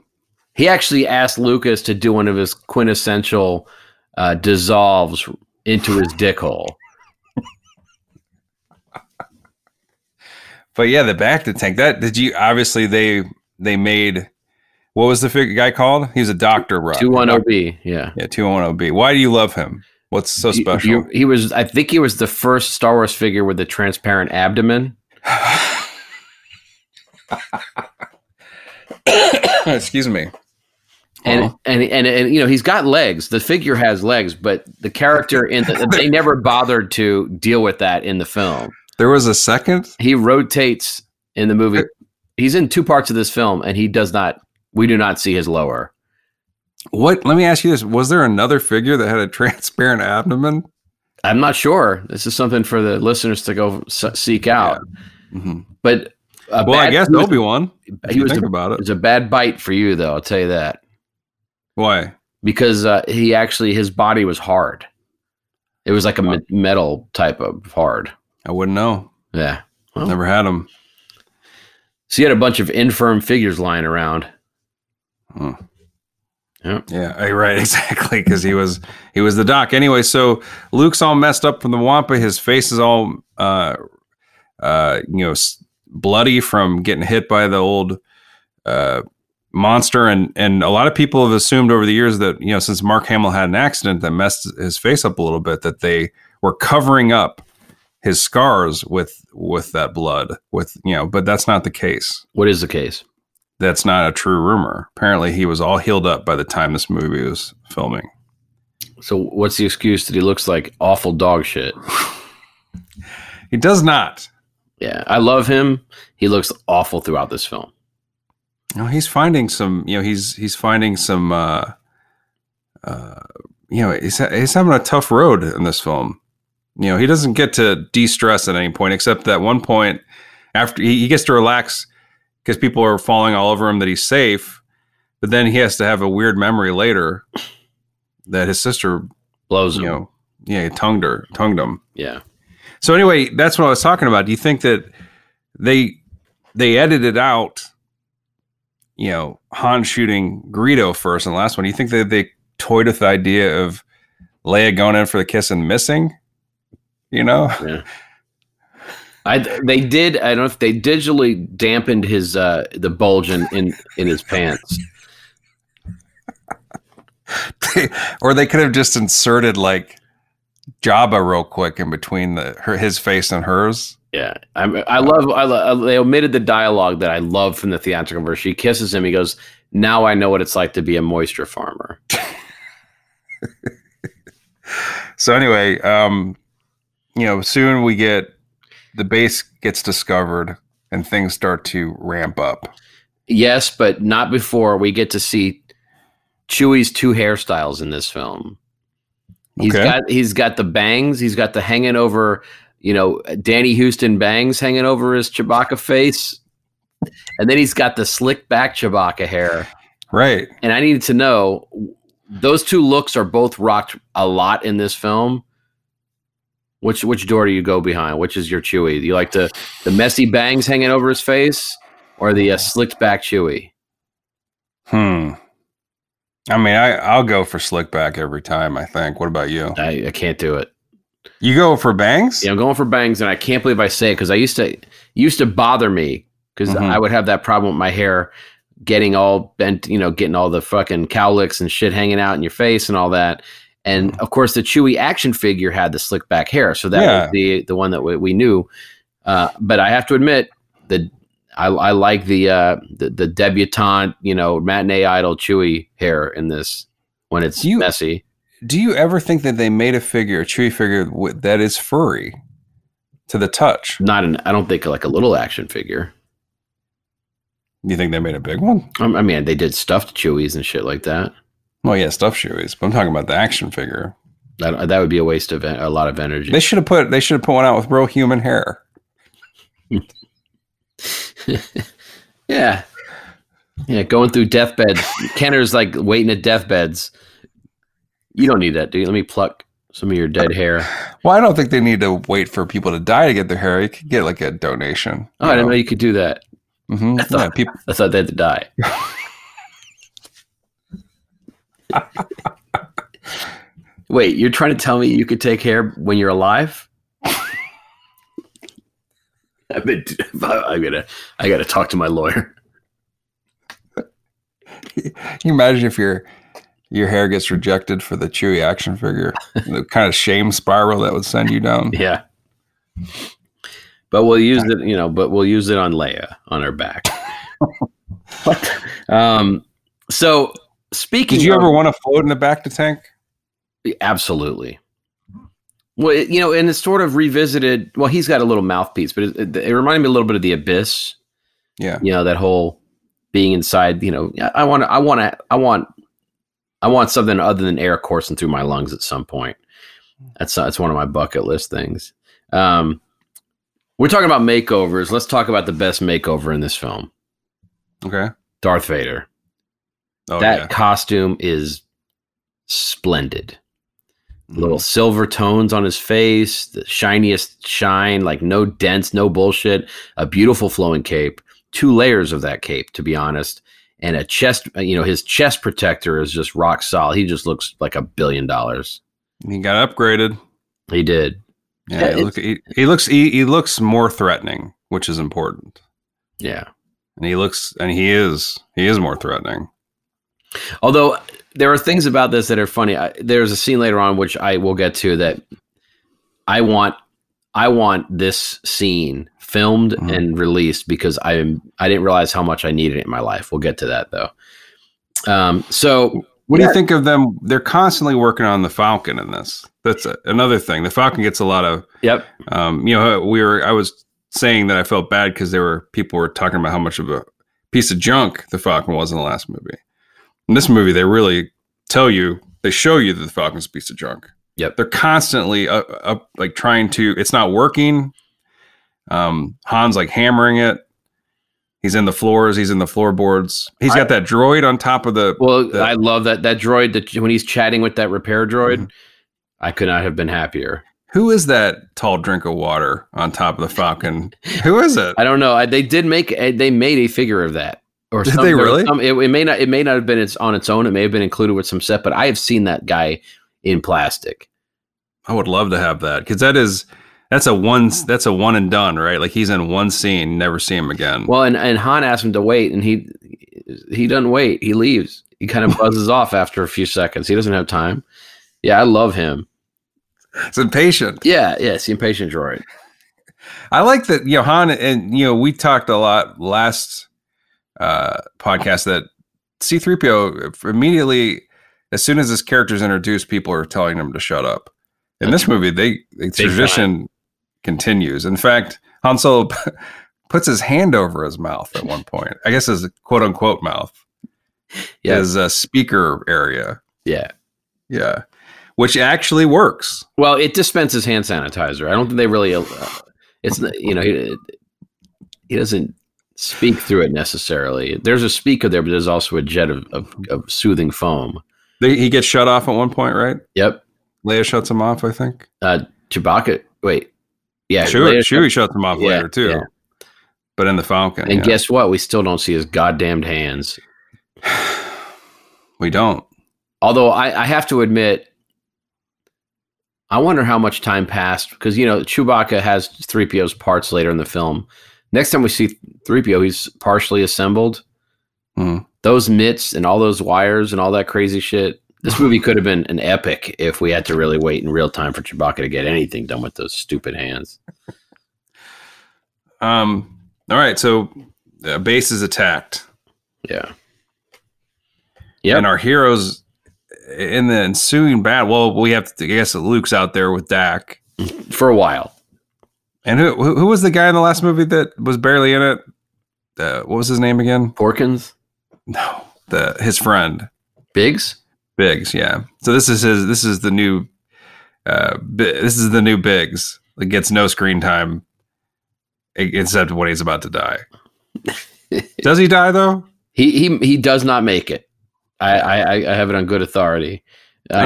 He actually asked Lucas to do one of his quintessential uh, dissolves into his dick hole.
But yeah, the back to tank. That did you? Obviously, they they made what was the fig- guy called? He was a doctor, Rob.
Two one oh OB. Yeah.
Yeah, two one zero B. Why do you love him? What's so
You-
special?
you- he was I think he was the first Star Wars figure with a transparent abdomen.
Excuse me.
and,
Oh.
and and and you know he's got legs. The figure has legs, but the character in the they never bothered to deal with that in the film.
There was a second.
He rotates in the movie. He's in two parts of this film, and he does not. We do not see his lower.
What? Let me ask you this: Was there another figure that had a transparent abdomen?
I'm not sure. This is something for the listeners to go s- seek out.
Mhm.
But Mm-hmm. a
Well, I
bad-
guess
he was-
Obi Wan.
He was
Think
a,
about
it
it.
was a bad bite for you, though. I'll tell you that
Why?
because uh, he actually his body was hard. It was like a me- metal type of hard.
I wouldn't know.
Yeah. Well.
Never had him.
So you had a bunch of infirm figures lying around.
Yeah, I- right, exactly, because he was he was the doc. Anyway, so Luke's all messed up from the Wampa. His face is all uh, uh, you know s- bloody from getting hit by the old uh, monster, and and a lot of people have assumed over the years that you know since Mark Hamill had an accident that messed his face up a little bit, that they were covering up his scars with with that blood, with you know, but that's not the case
What is the case?
that's not a true rumor. Apparently, he was all healed up by the time this movie was filming.
So what's the excuse that he looks like awful dog shit?
He does not.
Yeah, I love him. He looks awful throughout this film.
No, he's finding some. You know, he's he's finding some. Uh, uh, you know, he's he's having a tough road in this film. You know, he doesn't get to de-stress at any point, except that one point after he, he gets to relax because people are falling all over him that he's safe. But then he has to have a weird memory later that his sister,
Blows
you
him.
know, yeah, tongued her, tongued him.
Yeah.
So anyway, that's what I was talking about. Do you think that they they edited out, you know, Han shooting Greedo first and last one? Do you think that they toyed with the idea of Leia going in for the kiss and missing? You know,
I they did. I don't know if they digitally dampened his uh the bulge in in, in his pants.
or they could have just inserted like Jabba real quick in between the her, his face and hers.
Yeah, I'm, I love. I, lo- uh, they omitted the dialogue that I love from the theatrical version. She kisses him. He goes, "Now I know what it's like to be a moisture farmer."
So anyway, um, you know, soon we get the base gets discovered and things start to ramp up.
Yes, but not before we get to see Chewie's two hairstyles in this film. He's
Okay.
got he's got the bangs. He's got the hanging over, you know, Danny Houston bangs hanging over his Chewbacca face, and then he's got the slick back Chewbacca hair.
Right.
And I needed to know those two looks are both rocked a lot in this film. Which which door do you go behind? Which is your Chewie? Do you like the the messy bangs hanging over his face, or the uh, slicked back Chewie?
Hmm. I mean, I I'll go for slick back every time. I think. What about you?
I, I can't do it.
You go for bangs?
Yeah, I'm going for bangs, and I can't believe I say it because I used to it used to bother me because
Mhm.
I would have that problem with my hair getting all bent, you know, getting all the fucking cowlicks and shit hanging out in your face and all that. And of course, the Chewy action figure had the slick back hair, so that
Yeah.
was the the one that we, we knew. Uh, but I have to admit that I, I like the, uh, the the debutante, you know, matinee idol Chewy hair in this when it's
You-
messy.
Do you ever think that they made a figure, a chewy figure with, that is furry to the touch?
Not an I don't think like a little action figure.
You think they made a big one?
Um, I mean, they did stuffed Chewies and shit like that.
Well, yeah, stuff chewies. But I'm talking about the action figure.
That that would be a waste of en- a lot of energy.
They should have put. They should have put one out with real human hair.
yeah, yeah, going through deathbeds. Kenner's like waiting at deathbeds. You don't need that, dude. Let me pluck some of your dead hair.
Well, I don't think they need to wait for people to die to get their hair. You could get like a donation.
Oh, I didn't know you could do that.
hmm Yeah, people.
I thought they had to die. Wait, you're trying to tell me you could take hair when you're alive? I've been. I'm gonna. I gotta talk to my lawyer.
Can you imagine if your your hair gets rejected for the Chewy action figure? the kind of shame spiral that would send you down.
Yeah. But we'll use it, you know, but we'll use it on Leia on her back. um so speaking
Did you
of-
ever want to float in the back to tank?
absolutely. Well, it- you know, and it's sort of revisited. Well, he's got a little mouthpiece, but it, it, it reminded me a little bit of the abyss.
Yeah.
You know, that whole being inside, you know, I want to, I want to, I want, I want something other than air coursing through my lungs at some point. That's, that's one of my bucket list things. Um, we're talking about makeovers. Let's talk about the best makeover in this film
Okay.
Darth Vader
Oh
that costume is splendid. Little silver tones on his face, the shiniest shine, like no dents, no bullshit. A beautiful flowing cape, two layers of that cape, to be honest, and a chest. uh, You know, his chest protector is just rock solid. He just looks like a billion dollars.
yeah. He got upgraded.
He did. Yeah,
Yeah. he,
it's-
look, he, he looks. He, he looks more threatening, which is important.
Yeah.
And he looks. And he is. He is more threatening.
Although there are things about this that are funny. I, there's a scene later on which I will get to that I want I want this scene filmed
Mhm.
and released because I am I didn't realize how much I needed it in my life. We'll get to that though. Um so
What do you think of them? They're constantly working on the Falcon in this. That's a, another thing. The Falcon gets a lot of
yep.
um, you know, we were. I was saying that I felt bad because there were people were talking about how much of a piece of junk the Falcon was in the last movie. In this movie, they really tell you, they show you that the Falcon's a piece of junk.
Yep.
they're constantly up, up like trying to. It's not working. Um, Han's like hammering it. He He's in the floors. He's in the floorboards. He's got that droid on top of the.
Well,
the-
I love that that droid that when he's chatting with that repair
Mm-hmm.
droid, I could not have been happier.
who is that tall drink of water on top of the Falcon? who is it?
I don't know. I, they did make a, they made a figure of that. Or
Did
some-
they
there was
really?
some- it, it may not it may not have been its on its own. It may have been included with some set, but I have seen that guy in plastic.
I would love to have that because that is that's a one that's a one and done, right? Like he's in one scene, never see him again.
Well, and and Han asked him to wait, and he he doesn't wait. He leaves. He kind of buzzes off after a few seconds. He doesn't have time. Yeah, I love him.
it's impatient.
Yeah, yeah, it's the impatient droid.
I like that you know, Han and you know, we talked a lot last uh podcast that C3PO immediately as soon as his character's introduced, people are telling him to shut up. In this movie, they the tradition continues. In fact, Han Solo p- puts his hand over his mouth at one point. I guess his quote unquote mouth.
Yeah.
His uh, speaker area.
Yeah.
Yeah. Which actually works.
Well, it dispenses hand sanitizer. I don't think they really. Uh, it's not- you know he, he doesn't speak through it necessarily. There's a speaker there, but there's also a jet of, of, of soothing foam.
They, he gets shut off at one point, right?
Yep,
Leia shuts him off, I think.
uh, Chewbacca. Wait, yeah,
Chewie,
later-
Chewie shuts him off
Yeah,
later, too.
yeah.
But in the Falcon.
And
yeah.
guess what? We still don't see his goddamned hands.
we don't.
Although I, I have to admit, I wonder how much time passed because you know Chewbacca has three PO's parts later in the film. Next time we see three PO, he's partially assembled.
Mhm.
Those mitts and all those wires and all that crazy shit. This movie could have been an epic if we had to really wait in real time for Chewbacca to get anything done with those stupid hands.
Um, all right. So the base is attacked.
Yeah. Yep.
And our heroes in the ensuing battle. Well, we have to I guess Luke's out there with Dak.
For a while.
And who who who was the guy in the last movie that was barely in it? Uh, what was his name again?
Porkins?
No, the his friend
Biggs?
Biggs. Yeah. So this is his. This is the new. Uh, Bi- this is the new Biggs. It gets no screen time, e- except when he's about to die. Does he die though?
He he he does not make it. I I, I- I have it on good authority.
I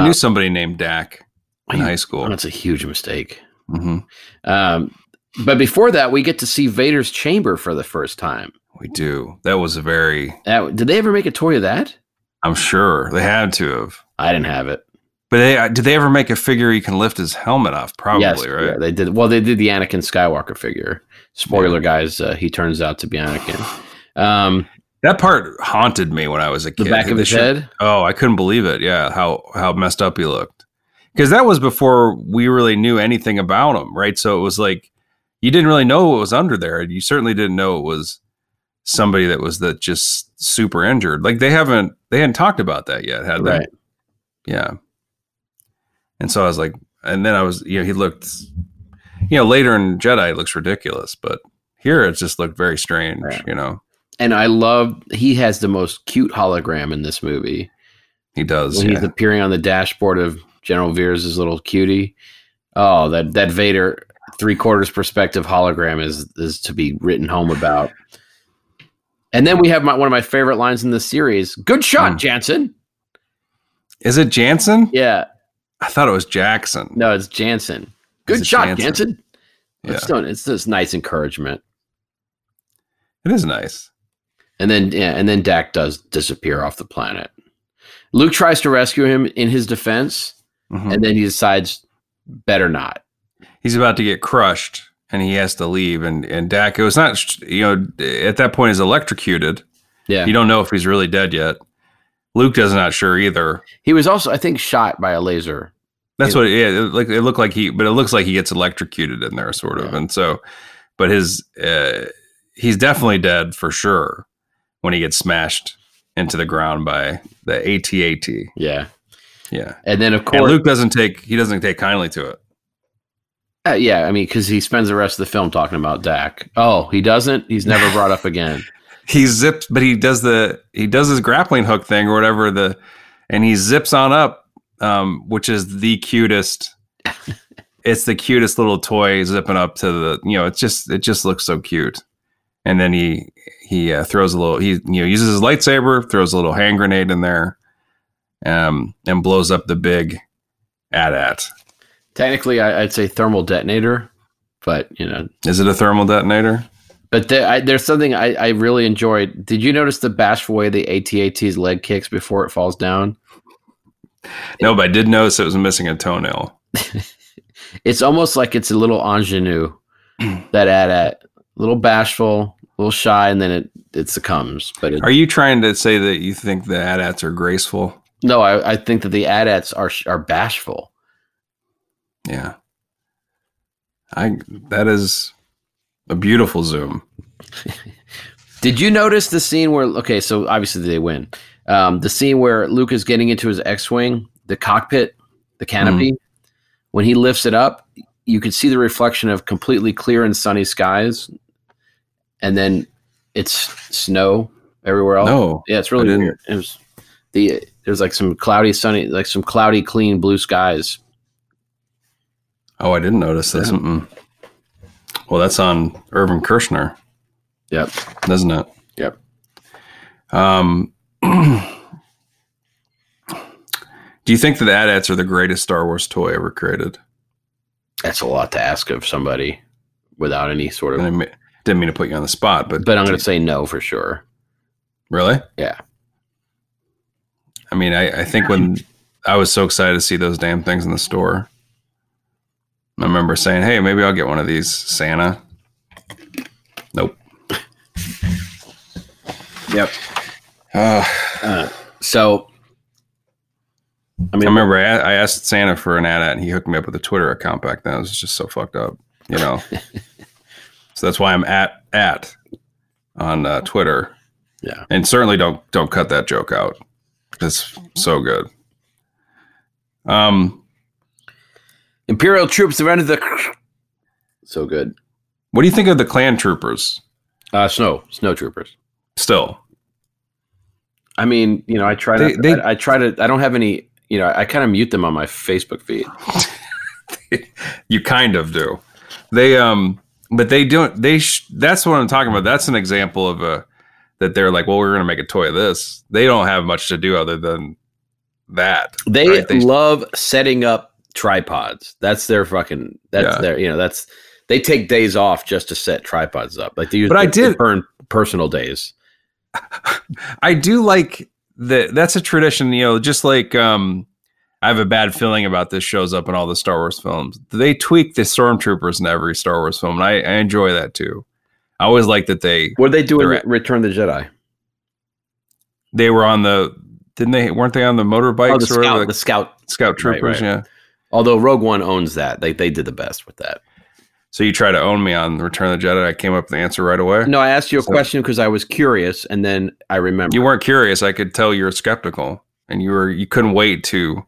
Uh,
knew somebody named Dak in high school.
That's a huge mistake.
hmm
Um, but before that, we get to see Vader's chamber for the first time.
We do. That was a very.
That, did they ever make a toy of that?
I'm sure they had to have.
I didn't have it.
But they uh, did they ever make a figure he can lift his helmet off? Probably
Yes,
right.
yeah, they did. Well, they did the Anakin Skywalker figure. Spoiler, guys, uh, he turns out to be Anakin. Um,
That part haunted me when I was a
the
kid.
back of
They
his
should-
head.
Oh, I couldn't believe it. Yeah, how how messed up he looked. Because that was before we really knew anything about him, right? So it was like you didn't really know what was under there, and you certainly didn't know it was somebody that was that just super injured. Like they haven't they hadn't talked about that yet, had they?
Right.
Yeah. And so I was like, and then I was, you know, he looked, you know, later in Jedi it looks ridiculous, but here it just looked very strange,
Yeah.
you know.
And I love he has the most cute hologram in this movie.
He does.
when
Yeah.
he's appearing on the dashboard of General Veers' little cutie. Oh, that that Vader three quarters perspective hologram is is to be written home about. And then we have my, one of my favorite lines in the series. Good shot,
Hmm.
Jansen.
Is it Jansen?
Yeah,
I thought it was Jackson.
no, it's Jansen. Good
it
shot,
Jansen?
Jansen.
Yeah.
It's, still, it's just nice encouragement.
It is nice.
And then yeah, and then Dak does disappear off the planet. Luke tries to rescue him in his defense,
Mhm.
and then he decides better not.
He's about to get crushed and he has to leave. And, and Dak, it was not, sh- you know, at that point is electrocuted.
Yeah.
You don't know if he's really dead yet. Luke does not sure either.
He was also, I think, shot by a laser.
That's
Yeah.
what, yeah, it, like, it looked like he, but it looks like he gets electrocuted in there, sort of.
Yeah.
And so, but his, uh, he's definitely dead for sure when he gets smashed into the ground by the ATAT.
Yeah.
Yeah.
And then, of
And
course,
Luke doesn't take, he doesn't take kindly to it.
uh, yeah, I mean, because he spends the rest of the film talking about Dak. Oh, he doesn't? He's never brought up again.
he zips but he does the he does his grappling hook thing or whatever the and he zips on up um which is the cutest it's the cutest little toy zipping up to the you know it's just it just looks so cute and then he he uh, throws a little he you know uses his lightsaber, throws a little hand grenade in there, um, and blows up the big AT-AT.
Technically, I, I'd say thermal detonator, but you know,
Is it a thermal detonator?
but there, I, there's something I, I really enjoyed. Did you notice the bashful way the ATAT's leg kicks before it falls down?
No, but I did notice it was missing a toenail.
It's almost like it's a little ingenue that at at little bashful, a little shy, and then it it succumbs. But it,
Are you trying to say that you think the AT-ATs are graceful?
no, I, I think that the adats are sh- are bashful.
Yeah. I that is a beautiful zoom.
Did you notice the scene where? Okay, so obviously they win. Um, the scene where Luke is getting into his X-wing, the cockpit, the
Hmm.
canopy. When he lifts it up, you could see the reflection of completely clear and sunny skies, and then it's snow everywhere else.
No,
yeah, it's
I
really
didn't.
weird. It was the there's like some cloudy, sunny, like some cloudy, clean blue skies.
Oh, I didn't notice this. Mm-mm. Well, that's on Irvin Kershner,
Yep,
isn't it?
yep.
Um, do you think that the AT-ATs are the greatest Star Wars toy ever created?
That's a lot to ask of somebody without any sort
And I
of.
me- didn't mean to put you on the spot, but
But I'm going to say no for sure.
really,
Yeah.
I mean, I, I think when I was so excited to see those damn things in the store, I remember saying, "Hey, maybe I'll get one of these Santa." Nope.
Yep.
Uh,
So, I
I
mean,
remember I, I asked Santa for an ad, and he hooked me up with a Twitter account back then. It was just so fucked up, you know. so that's why I'm at at on uh, Twitter.
Yeah.
and certainly don't don't cut that joke out. It's so good. Um,
Imperial troops have entered the. So good.
what do you think of the Klan troopers?
Uh, snow, snow troopers.
Still,
I mean, you know, I try
They-
to.
they-
I, I try to. I don't have any. You know, I kind of mute them on my Facebook feed.
you kind of do. They um, but they don't. They sh- that's what I'm talking about. That's an example of a that they're like, well, we're gonna make a toy of this. They don't have much to do other than that.
They
right? They-
love setting up tripods. That's their fucking. That's
Yeah.
their. You know, that's they take days off just to set tripods up. Like they use.
But I
they- they
did-
burn personal days.
I do like that. That's a tradition, you know. Just like um, I have a bad feeling about this shows up in all the Star Wars films. They tweak the stormtroopers in every Star Wars film, and I, I enjoy that too. I always like that they
What they do in
They're at-
Return of the Jedi?
they were on the didn't they weren't they on the motorbikes
Oh, the
or whatever,
scout. The
the
scout.
scout
right,
troopers?
right.
Yeah.
Although Rogue One owns that, they they did the best with that.
So you try to own me on Return of the Jedi. I came up with the answer right away.
No, I asked you a
So-
question because I was curious, and then I remember.
You weren't curious. I could tell you were skeptical, and you were you couldn't wait to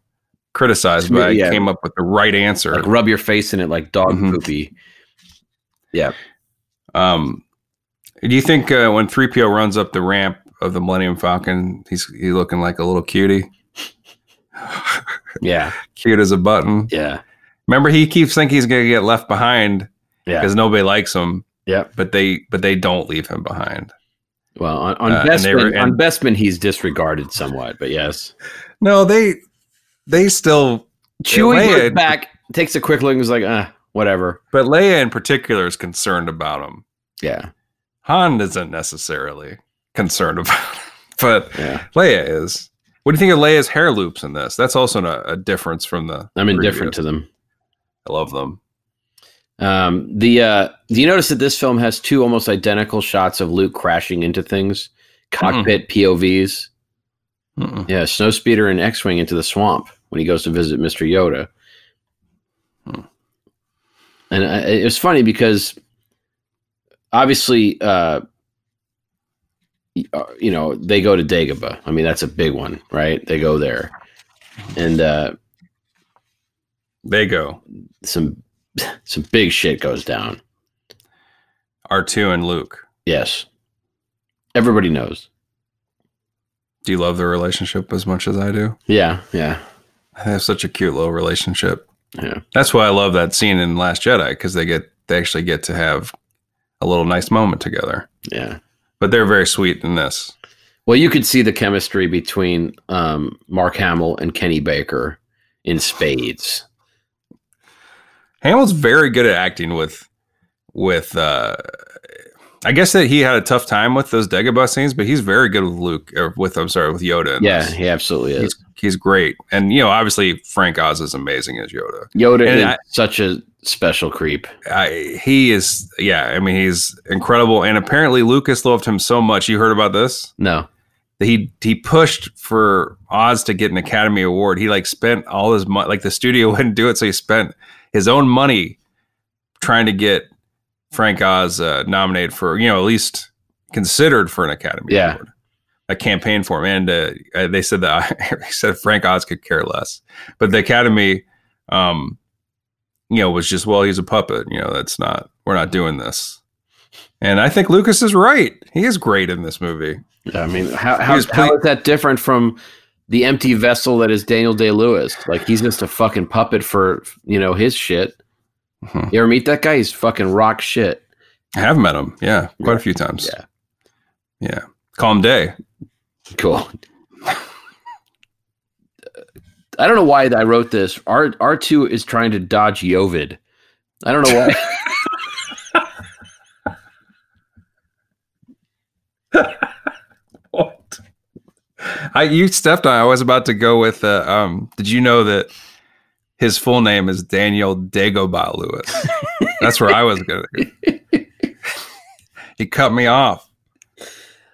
criticize. But I
Yeah.
came up with the right answer.
like rub your face in it like dog
Mhm.
poopy. Yeah,
Um, do you think uh, when three PO runs up the ramp of the Millennium Falcon, he's he looking like a little cutie,
yeah,
cute as a button?
yeah,
Remember, he keeps thinking he's gonna get left behind
yeah.
because nobody likes him.
Yep.
but they but they don't leave him behind.
Well, on, on
Uh, and they
Bestman,
were-
on
and-
Bestman, he's disregarded somewhat, but yes.
No, they they still.
Chewie
Leia-
goes back, takes a quick look, and is like, uh, whatever.
But Leia in particular is concerned about him.
Yeah,
Han isn't necessarily concerned about him, but
yeah.
Leia is. What do you think of Leia's hair loops in this? That's also a, a difference from the.
I'm indifferent
previous.
to them.
I love them.
Um, the uh, do you notice that this film has two almost identical shots of Luke crashing into things,
Hmm.
cockpit POVs?
Mm-mm.
Yeah, Snowspeeder and X-wing into the swamp when he goes to visit Mister Yoda.
Hmm.
And I, it was funny because obviously, uh, y- uh, you know, they go to Dagobah. I mean, that's a big one, right? They go there, and uh,
They go.
some some big shit goes down.
R2 and Luke.
Yes, everybody knows.
Do you love their relationship as much as I do?
Yeah, yeah,
They have such a cute little relationship.
yeah.
That's why I love that scene in Last Jedi because they get they actually get to have a little nice moment together.
Yeah.
But they're very sweet in this.
Well, you could see the chemistry between um, Mark Hamill and Kenny Baker in spades.
Hamill's very good at acting with with uh I guess that he had a tough time with those Dagobah scenes, but he's very good with Luke or with I'm sorry, with Yoda. in
Yeah,
this.
he absolutely is.
He's he's great. And you know, obviously Frank Oz is amazing as Yoda.
Yoda
and
is
I-
such a special creep.
I, he is yeah, I mean he's incredible and apparently Lucas loved him so much. You heard about this?
No.
he he pushed for Oz to get an Academy Award. He like spent all his money, like the studio wouldn't do it, so he spent his own money trying to get Frank Oz uh, nominated for you know at least considered for an Academy
Yeah.
Award. A campaign for him, and uh, uh, they said that he said Frank Oz could care less, but the Academy, um, you know, was just well, he's a puppet. You know, that's not we're not doing this. And I think Lucas is right. He is great in this movie.
I mean, how,
He
how,
was
how
play-
is that different from the empty vessel that is Daniel Day Lewis? Like, he's just a fucking puppet for, you know, his shit.
Mhm.
You ever meet that guy? He's fucking rock shit.
I have met him. Yeah, quite
Yeah.
a few times.
Yeah.
Yeah. Calm day.
Cool. I don't know why I wrote this. R R2 is trying to dodge Yovid. I don't know why.
What? I you stepped on. I was about to go with. Uh, um. Did you know that his full name is Daniel Dagobah Lewis? That's where I was going. to go. He cut me off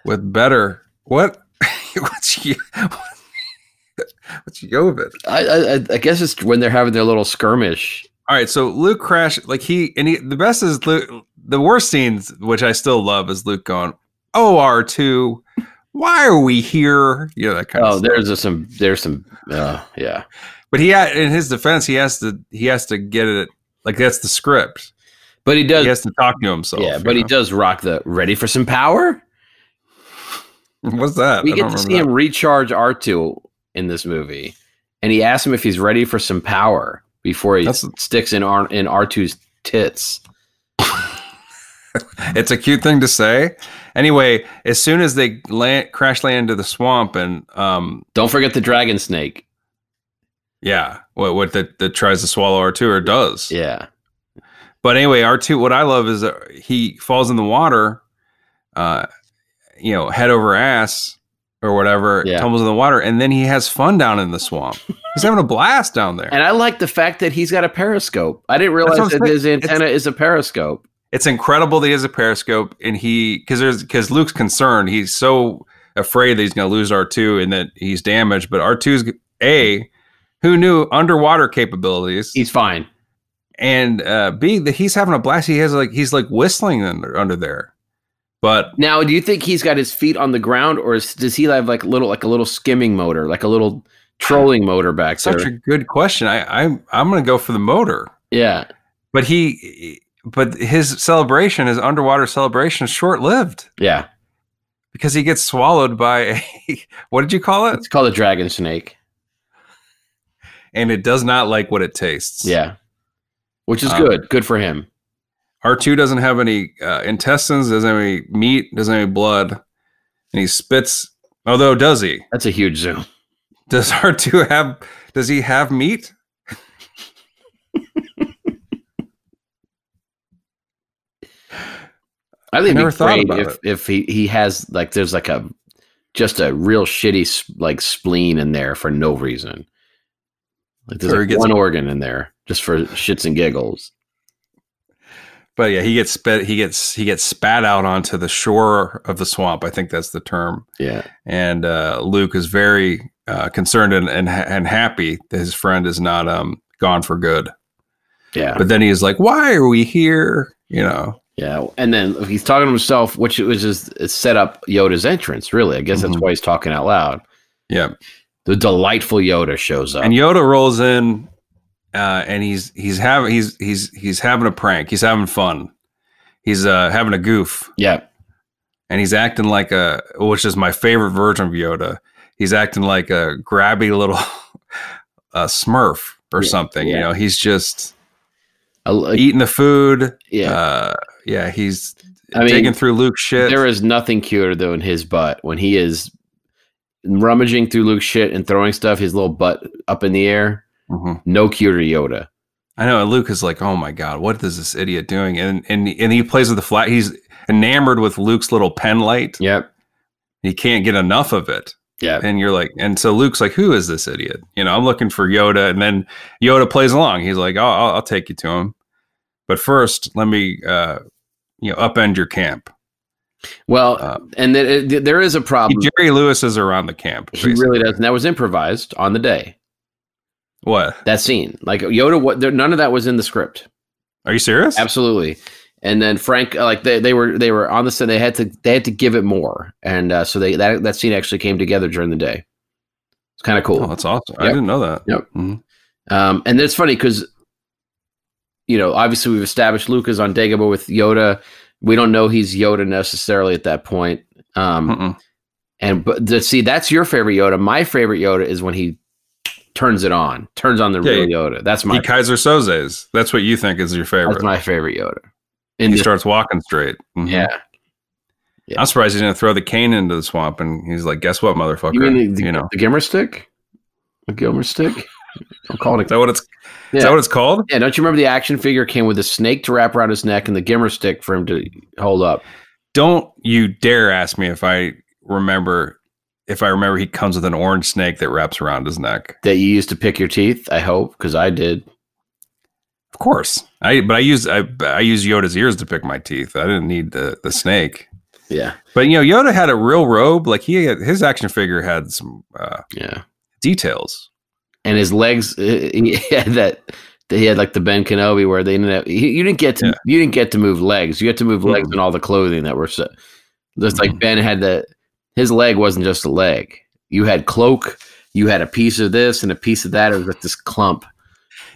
with better. What? What's you? What's Yovid?
I, I I- I guess it's when they're having their little skirmish.
All right, so Luke crash like he and he the best is Luke the worst scenes which I still love is Luke going, "Oh, R2, why are we here?" You know that kind
Oh,
of stuff.
there's a, some there's some uh, yeah.
But he ha- in his defense, he has to he has to get it like that's the script.
But he does
He has to talk to himself.
yeah,
you
but he
know?
does rock the ready for some power.
What's that?
We
I
get
don't
to see
remember
him recharge R2 in this movie, and he asks him if he's ready for some power before he
That's-
sticks in R in R2's tits.
that. It's a cute thing to say. Anyway, as soon as they land, crash land into the swamp, and um,
Don't forget the dragon snake.
yeah, what what that that tries to swallow R2 or does?
Yeah.
But anyway, R two. What I love is uh, he falls in the water, uh, you know, head over ass or whatever,
Yeah.
tumbles in the water, and then he has fun down in the swamp. He's having a blast down there.
And I like the fact that he's got a periscope. I didn't
what I'm
realize that
saying.
his antenna is a periscope.
it's incredible that he has a periscope, and he because there's because Luke's concerned. He's so afraid that he's going to lose R two and that he's damaged. But R 2s a who knew underwater capabilities,
He's fine.
and uh, b that he's having a blast. He has like he's like whistling under under there, but
Now, do you think he's got his feet on the ground, or is, does he have like little, like a little skimming motor, like a little trolling motor back
Such
there?
a good question. I, I'm I'm gonna go for the motor,
yeah,
but he, but his celebration, his underwater celebration, is short lived
yeah.
because he gets swallowed by a what did you call it?
It's called a dragon snake.
And it does not like what it tastes.
Yeah, which is
Um,
good. Good for him.
R two doesn't have any uh, intestines, doesn't have any meat, doesn't have any blood, and he spits. Although does he?
That's a huge zoom.
Does R two have? Does he have meat?
I think
I never
it'd be
thought
great
about
if
it.
if he he has like there's like a just a real shitty s- like spleen in there for no reason. Like there's
Or he
like,
gets-
one organ in there just for shits and giggles.
But yeah, he gets spit. He gets he gets spat out onto the shore of the swamp. I think that's the term.
Yeah,
and uh, Luke is very uh, concerned and, and and happy that his friend is not um, gone for good.
yeah,
But then he's like, "Why are we here?" You know,
yeah. And then he's talking to himself, which it was just it set up Yoda's entrance. Really, I guess
Mhm.
that's why he's talking out loud.
yeah.
The delightful Yoda shows up.
And Yoda rolls in, uh, and he's he's having he's he's he's having a prank. He's having fun. He's uh, having a goof,
yeah,
and he's acting like a which is my favorite version of Yoda. He's acting like a grabby little uh, Smurf or
Yeah,
something. You
yeah.
know, he's just
I li-
eating the food.
yeah.
uh, yeah, he's
I mean,
digging through Luke's shit.
There is nothing cuter than his butt when he is rummaging through Luke's shit and throwing stuff, his little butt up in the air.
Mhm.
No cuter Yoda.
I know. And Luke is like, "Oh my god, what is this idiot doing?" And and and he plays with the flat. He's enamored with Luke's little pen light.
Yep.
He can't get enough of it.
Yep.
And you're like, and so Luke's like, "Who is this idiot?" You know, I'm looking for Yoda, and then Yoda plays along. He's like, "Oh, I'll, I'll take you to him, but first, let me, uh, you know, upend your camp."
Well,
Uh,
and th- th- there is a
He-
problem.
Jerry Lewis is around the camp.
Um, He
basically.
really does. And that was improvised on the day.
What?
That scene, like Yoda, what? There, none of that was in the script.
Are you serious?
Absolutely. And then Frank, uh, like they, they were they were on the set. They had to they had to give it more, and uh, so they that that scene actually came together during the day. It's kind of cool.
Oh, that's awesome. I
Yep.
didn't know that.
Yep.
Mhm.
Um, and it's funny because, you know, obviously we've established Luke is on Dagobah with Yoda. We don't know he's Yoda necessarily at that point. Um,
Mm-mm.
And but the, see, that's your favorite Yoda. My favorite Yoda is when he turns it on, turns on the
Yeah,
real
he-
Yoda. That's my
He Kaiser Soze's. That's what you think is your
that's
favorite.
my favorite Yoda. In
He
this,
starts walking straight. Mhm.
yeah,
I'm surprised he didn't throw the cane into the swamp. And he's like, "Guess what, motherfucker?
you
You,
mean the,
know."
the Gimmer stick, the Gilmer stick. I'm calling
Is
it.
that what it's? Is
Yeah.
that what it's called?
Yeah, don't you remember the action figure came with a snake to wrap around his neck and the Gimmer stick for him to hold up?
Don't you dare ask me if I remember. If I remember, he comes with an orange snake that wraps around his neck.
that you used to pick your teeth. I hope because I did.
Of course, I. But I use I. I use Yoda's ears to pick my teeth. I didn't need the the snake.
Yeah,
But you know, Yoda had a real robe. Like he had, his action figure had some uh,
yeah.
details.
And his legs, uh, he had that. that He had like the Ben Kenobi where they didn't. Have, he- you didn't get to.
Yeah.
You didn't get to move legs. You had to move
Mhm.
legs in all the clothing that were so. Just like
Mhm.
Ben had the. His leg wasn't just a leg. You had cloak. You had a piece of this and a piece of that. It was like this clump.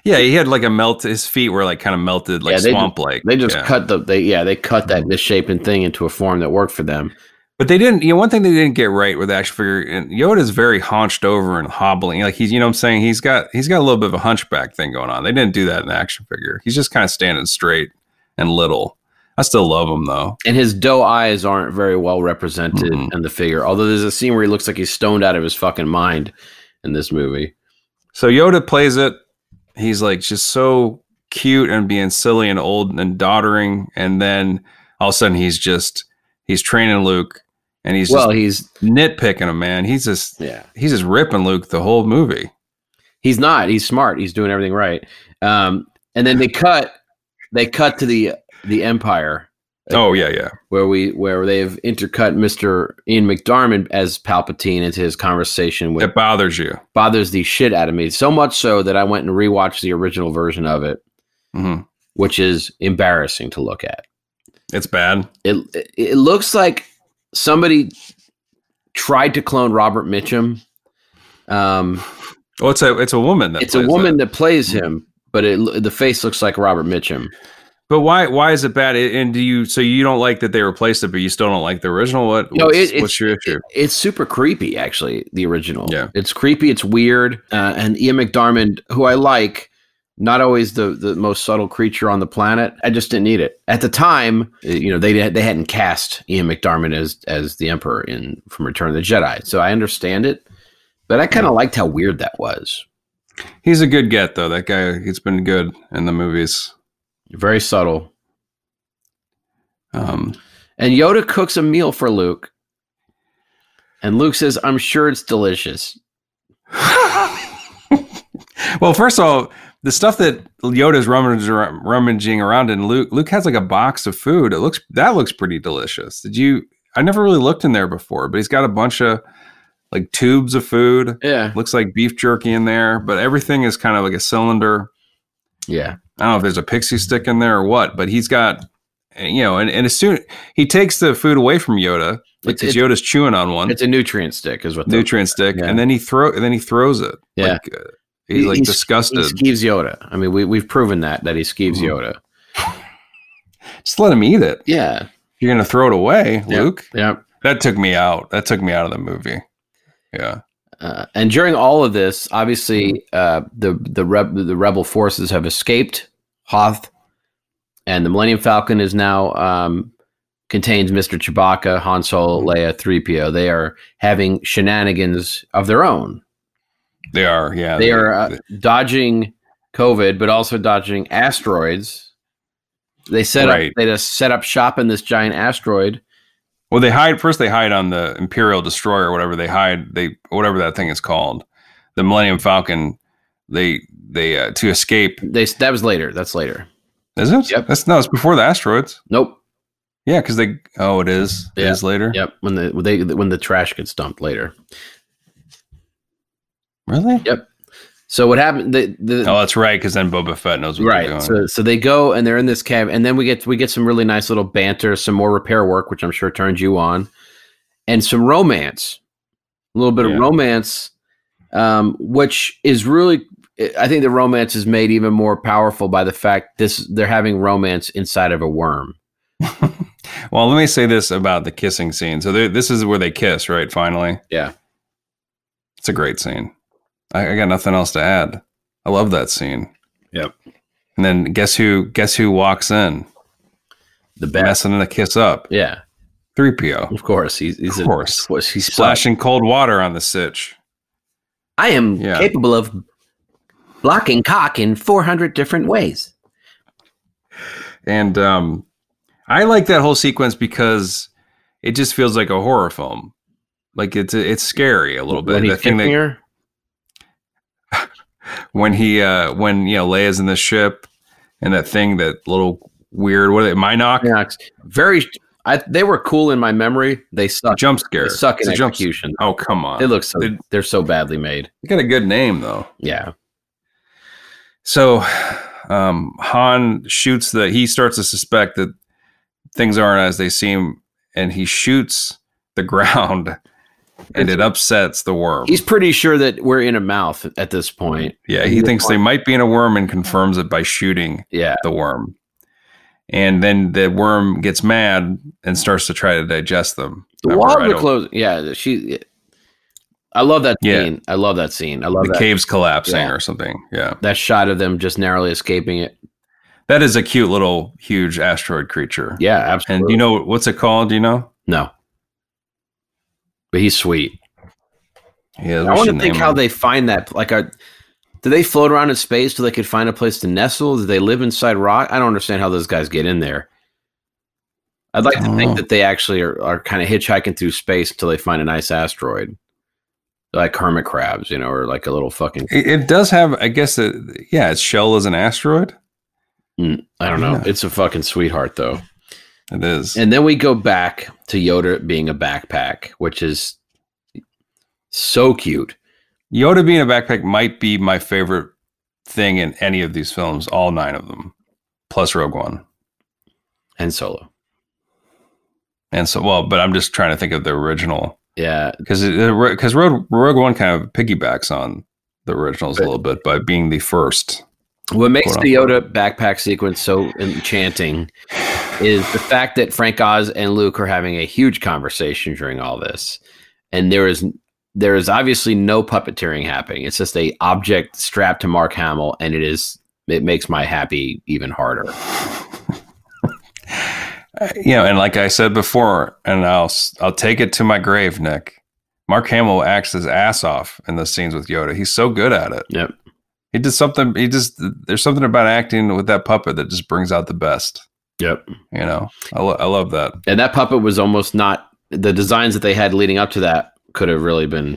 Yeah, he had like a melt. His feet were like kind of melted, like
Yeah, they
swamp like.
They just
yeah.
cut the. They yeah. They cut that misshapen thing into a form that worked for them.
But they didn't. You know, one thing they didn't get right with the action figure, and Yoda's very hunched over and hobbling. Like he's, you know, what I'm saying he's got he's got a little bit of a hunchback thing going on. They didn't do that in the action figure. He's just kind of standing straight and little. I still love him though.
and his doe eyes aren't very well represented
Mhm.
in the figure. Although there's a scene where he looks like he's stoned out of his fucking mind in this movie.
So Yoda plays it. He's like just so cute and being silly and old and doddering, and then all of a sudden he's just he's training Luke, and he's
well,
just
he's
nitpicking him, man. He's just
yeah,
he's just ripping Luke the whole movie.
he's not. He's smart. He's doing everything right. Um, and then they cut, they cut to the the Empire
Oh yeah, yeah.
where we where they've intercut Mister Ian McDiarmid as Palpatine into his conversation with
It bothers you.
bothers the shit out of me so much so that I went and rewatched the original version of it,
hmm
which is embarrassing to look at.
It's bad.
it it- it looks like somebody tried to clone Robert Mitchum. Um,
Well, it's a it's a woman that
it's a
plays Mm-hmm.
woman
that.
that plays him, but it, lo- the face looks like Robert Mitchum.
But why why is it bad? It- And do you so you don't like that they replaced it, but you still don't like the original? What
No,
what's,
it-
what's your issue?
It's super creepy, actually. The original,
Yeah.
it's creepy. It's weird. Uh, and Ian McDiarmid, who I like, not always the the most subtle creature on the planet. I just didn't need it at the time. uh, You know, they they hadn't cast Ian McDiarmid as as the Emperor in from Return of the Jedi, so I understand it. But I kind of liked how weird that was.
He's a good get though. That guy he's been good in the movies.
Very subtle.
Um,
And Yoda cooks a meal for Luke. And Luke says, I'm sure it's delicious.
well, first of all, the stuff that Yoda's rummaging, ar- rummaging around in Luke Luke has like a box of food. It looks that looks pretty delicious. Did you? I never really looked in there before, but he's got a bunch of like tubes of food.
Yeah.
Looks like beef jerky in there, but everything is kind of like a cylinder.
Yeah.
I don't know if there's a pixie stick in there or what, but he's got, you know, and, and as soon he takes the food away from Yoda
It's,
because
it's,
Yoda's chewing on one
it's a nutrient stick, is what the
Um, nutrient stick,
yeah.
and then he throw and then he throws it.
Yeah.
like, uh, he's
He-
like
he's- he
disgusted.
skeeves Yoda. I mean, we, we've proven that, that he skeeves
Mhm.
Yoda.
Just let him eat it.
Yeah.
You're gonna throw it away, Luke.
Yeah.
That took me out. That took me out of the movie. Yeah,
Uh, and during all of this, obviously, uh, the, the, reb- the rebel forces have escaped Hoth. And the Millennium Falcon is now um, contains Mr. Chewbacca, Han Solo, Leia, 3PO. They are having shenanigans of their own.
They are, yeah.
They are uh, dodging COVID, but also dodging asteroids. They set
Right.
up they just set up shop in this giant asteroid.
Well, they hide first. They hide on the Imperial destroyer, whatever they hide. They whatever that thing is called, the Millennium Falcon. They they uh, to escape.
They that was later. That's later.
Is it?
Yep.
That's no. It's before the asteroids.
Nope.
Yeah, because they. Oh, it is. It
Yeah.
is later.
Yep. When the when they when the trash gets dumped later.
Really?
So what happened? The, the,
Oh, that's right. Because then Boba Fett knows what they're
right.
doing.
So so they go and they're in this cab, and then we get we get some really nice little banter, some more repair work, which I'm sure turns you on, and some romance, a little bit
Yeah.
of romance, um, which is really. I think the romance is made even more powerful by the fact this they're having romance inside of a worm.
well, let me say this about the kissing scene. So there- this is where they kiss, right? Finally.
Yeah.
It's a great scene. I, I got nothing else to add. I love that scene.
Yep.
And then guess who? Guess who walks in?
The best,
Messing the kiss up.
yeah,
Three PO.
of course. He's, he's
Of course.
a, he's splashing.
Splashing cold water on the sitch.
I am
Yeah.
capable of blocking cock in 400 different ways.
And um, I like that whole sequence because it just feels like a horror film. Like it's it's scary a little bit.
When
The
he's
thing that-
kissing her?
when he uh when you know Leia's in the ship and that thing that little weird what are they Minoc
Knox. Very. I, they were cool in my memory. They suck.
jump scare
They suck
It's
in
a jump-
execution.
oh come on
They look so.
They- Um,
They're so badly made.
They got a good name though
Yeah.
so um Han shoots the he starts to suspect that things aren't as they seem and he shoots the ground and it upsets the worm
He's pretty sure that we're in a mouth at this point.
yeah he thinks they might be in a worm and confirms it by shooting
Yeah.
the worm. And then the worm gets mad and starts to try to digest them.
The
Remember, I
walls are
don't-
closed. Yeah. She. I love that
Yeah.
scene. I love that scene. I love
the
that.
cave's collapsing
Yeah.
or something. Yeah.
that shot of them just narrowly escaping it.
That is a cute little huge asteroid creature.
Yeah,
And
absolutely.
you know what's it called? Do you know?
no. But he's sweet.
Yeah.
I want to think how they find that. Like, are, do they float around in space so they could find a place to nestle? Do they live inside rock? I don't understand how those guys get in there. I'd like to
Oh.
think that they actually are, are kind of hitchhiking through space until they find a nice asteroid, like hermit crabs, you know, or like a little fucking.
it, it does have, I guess, it, yeah, its shell is an asteroid.
I don't know.
Yeah.
It's a fucking sweetheart though.
It is.
And then we go back to Yoda being a backpack, which is so cute.
Yoda being a backpack might be my favorite thing in any of these films, all nine of them, plus Rogue One.
And Solo,
And so, well, but I'm just trying to think of the original.
yeah,
because because Rogue Rogue One kind of piggybacks on the originals a little bit by being the first.
What makes
Quote,
the Yoda backpack sequence so enchanting is the fact that Frank Oz and Luke are having a huge conversation during all this, and there is there is obviously no puppeteering happening. It's just a object strapped to Mark Hamill, and it is it makes my happy even harder.
Uh, You know, and like I said before, and I'll s- I'll take it to my grave, Nick. Mark Hamill acts his ass off in the scenes with Yoda. He's so good at it.
Yep.
He did something. He just there's something about acting with that puppet that just brings out the best.
Yep.
You know, I, lo- I love that.
And that puppet was almost not the designs that they had leading up to that could have really been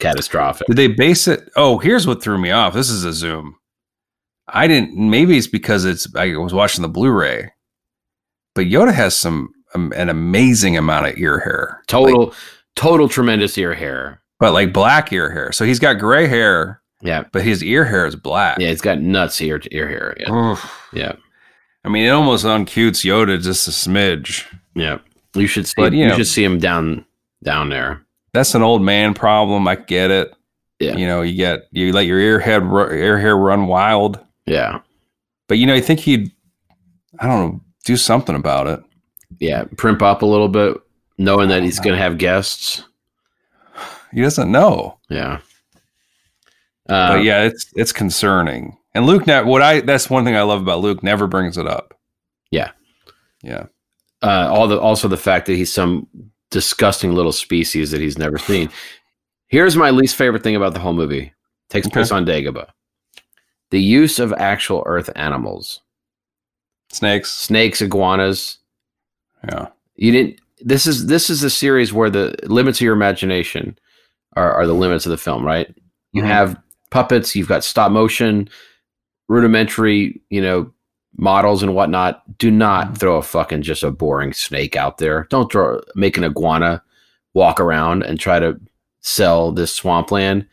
catastrophic.
Did they base it? Oh, here's what threw me off. This is a zoom. I didn't. Maybe it's because it's. I was watching the Blu-ray, but Yoda has some um, an amazing amount of ear hair. Like-
Total, total tremendous ear hair.
but like black ear hair. So he's got gray hair,
Yeah.
but his ear hair is black.
Yeah, it's got nuts ear to ear hair. Yeah.
Oof.
Yeah.
I mean, it almost uncutes Yoda just a smidge.
Yeah, you should see.
But, you
you
know-
should see him down down there.
That's an old man problem. I get it.
Yeah.
You know, you get you let your ear head ru- ear hair run wild.
Yeah,
But you know, I think he'd I don't know, do something about it.
yeah. Primp up a little bit, knowing that he's going to have guests.
He doesn't know.
Yeah. Uh,
but yeah, it's it's concerning. And Luke, ne- what I that's one thing I love about Luke never brings it up.
Yeah.
yeah.
uh, all the also the fact that he's some disgusting little species that he's never seen. Here's my least favorite thing about the whole movie: takes
Okay.
place on Dagobah. The use of actual Earth animals,
Snakes.
snakes, iguanas.
Yeah.
You didn't. This is this is a series where the limits of your imagination are, are the limits of the film, right? You
Mhm.
have puppets, you've got stop motion, rudimentary, you know, models and whatnot. Do not throw a fucking just a boring snake out there. Don't throw make an iguana walk around and try to sell this swampland.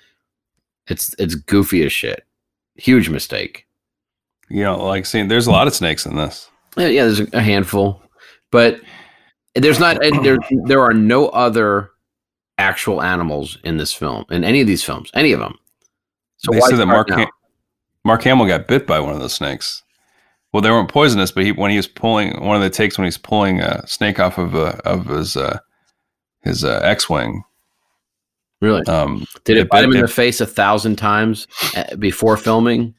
It's it's goofy as shit. Huge mistake.
You know, like seeing there's a lot of snakes in this.
Yeah, yeah, there's a handful, but there's not and there there are no other actual animals in this film in any of these films, any of them. So
they
why
said that
start
Mark
now?
Ham- Mark Hamill got bit by one of those snakes. Well, they weren't poisonous, but he when he was pulling one of the takes when he's pulling a snake off of uh, of his uh, his uh, X wing.
really
Um,
Did
It
it bite him in
bit-
the face a thousand times uh, before filming?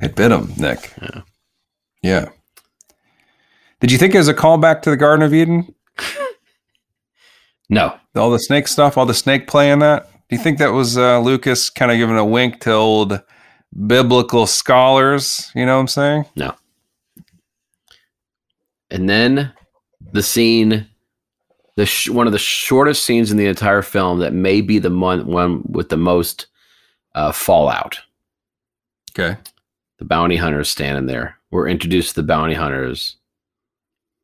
it bit him, Nick. Yeah. Did you think it was a callback to the Garden of Eden?
No.
All the snake stuff, all the snake play in that. Do you think that was uh, Lucas kind of giving a wink to old biblical scholars? You know what I'm saying?
And then the scene, the sh- one of the shortest scenes in the entire film that may be the mon- one with the most uh, fallout.
Okay.
The bounty hunters standing there. We're introduced to the bounty hunters.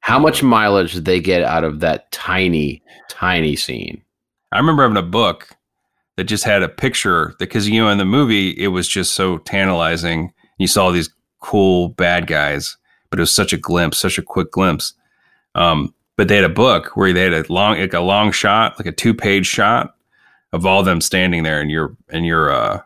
How much mileage did they get out of that tiny, tiny scene?
I remember having a book that just had a picture because you know in the movie it was just so tantalizing. You saw these cool bad guys, but it was such a glimpse, such a quick glimpse. Um, but they had a book where they had a long, like a long shot, like a two-page shot of all them standing there, and you're and you're uh,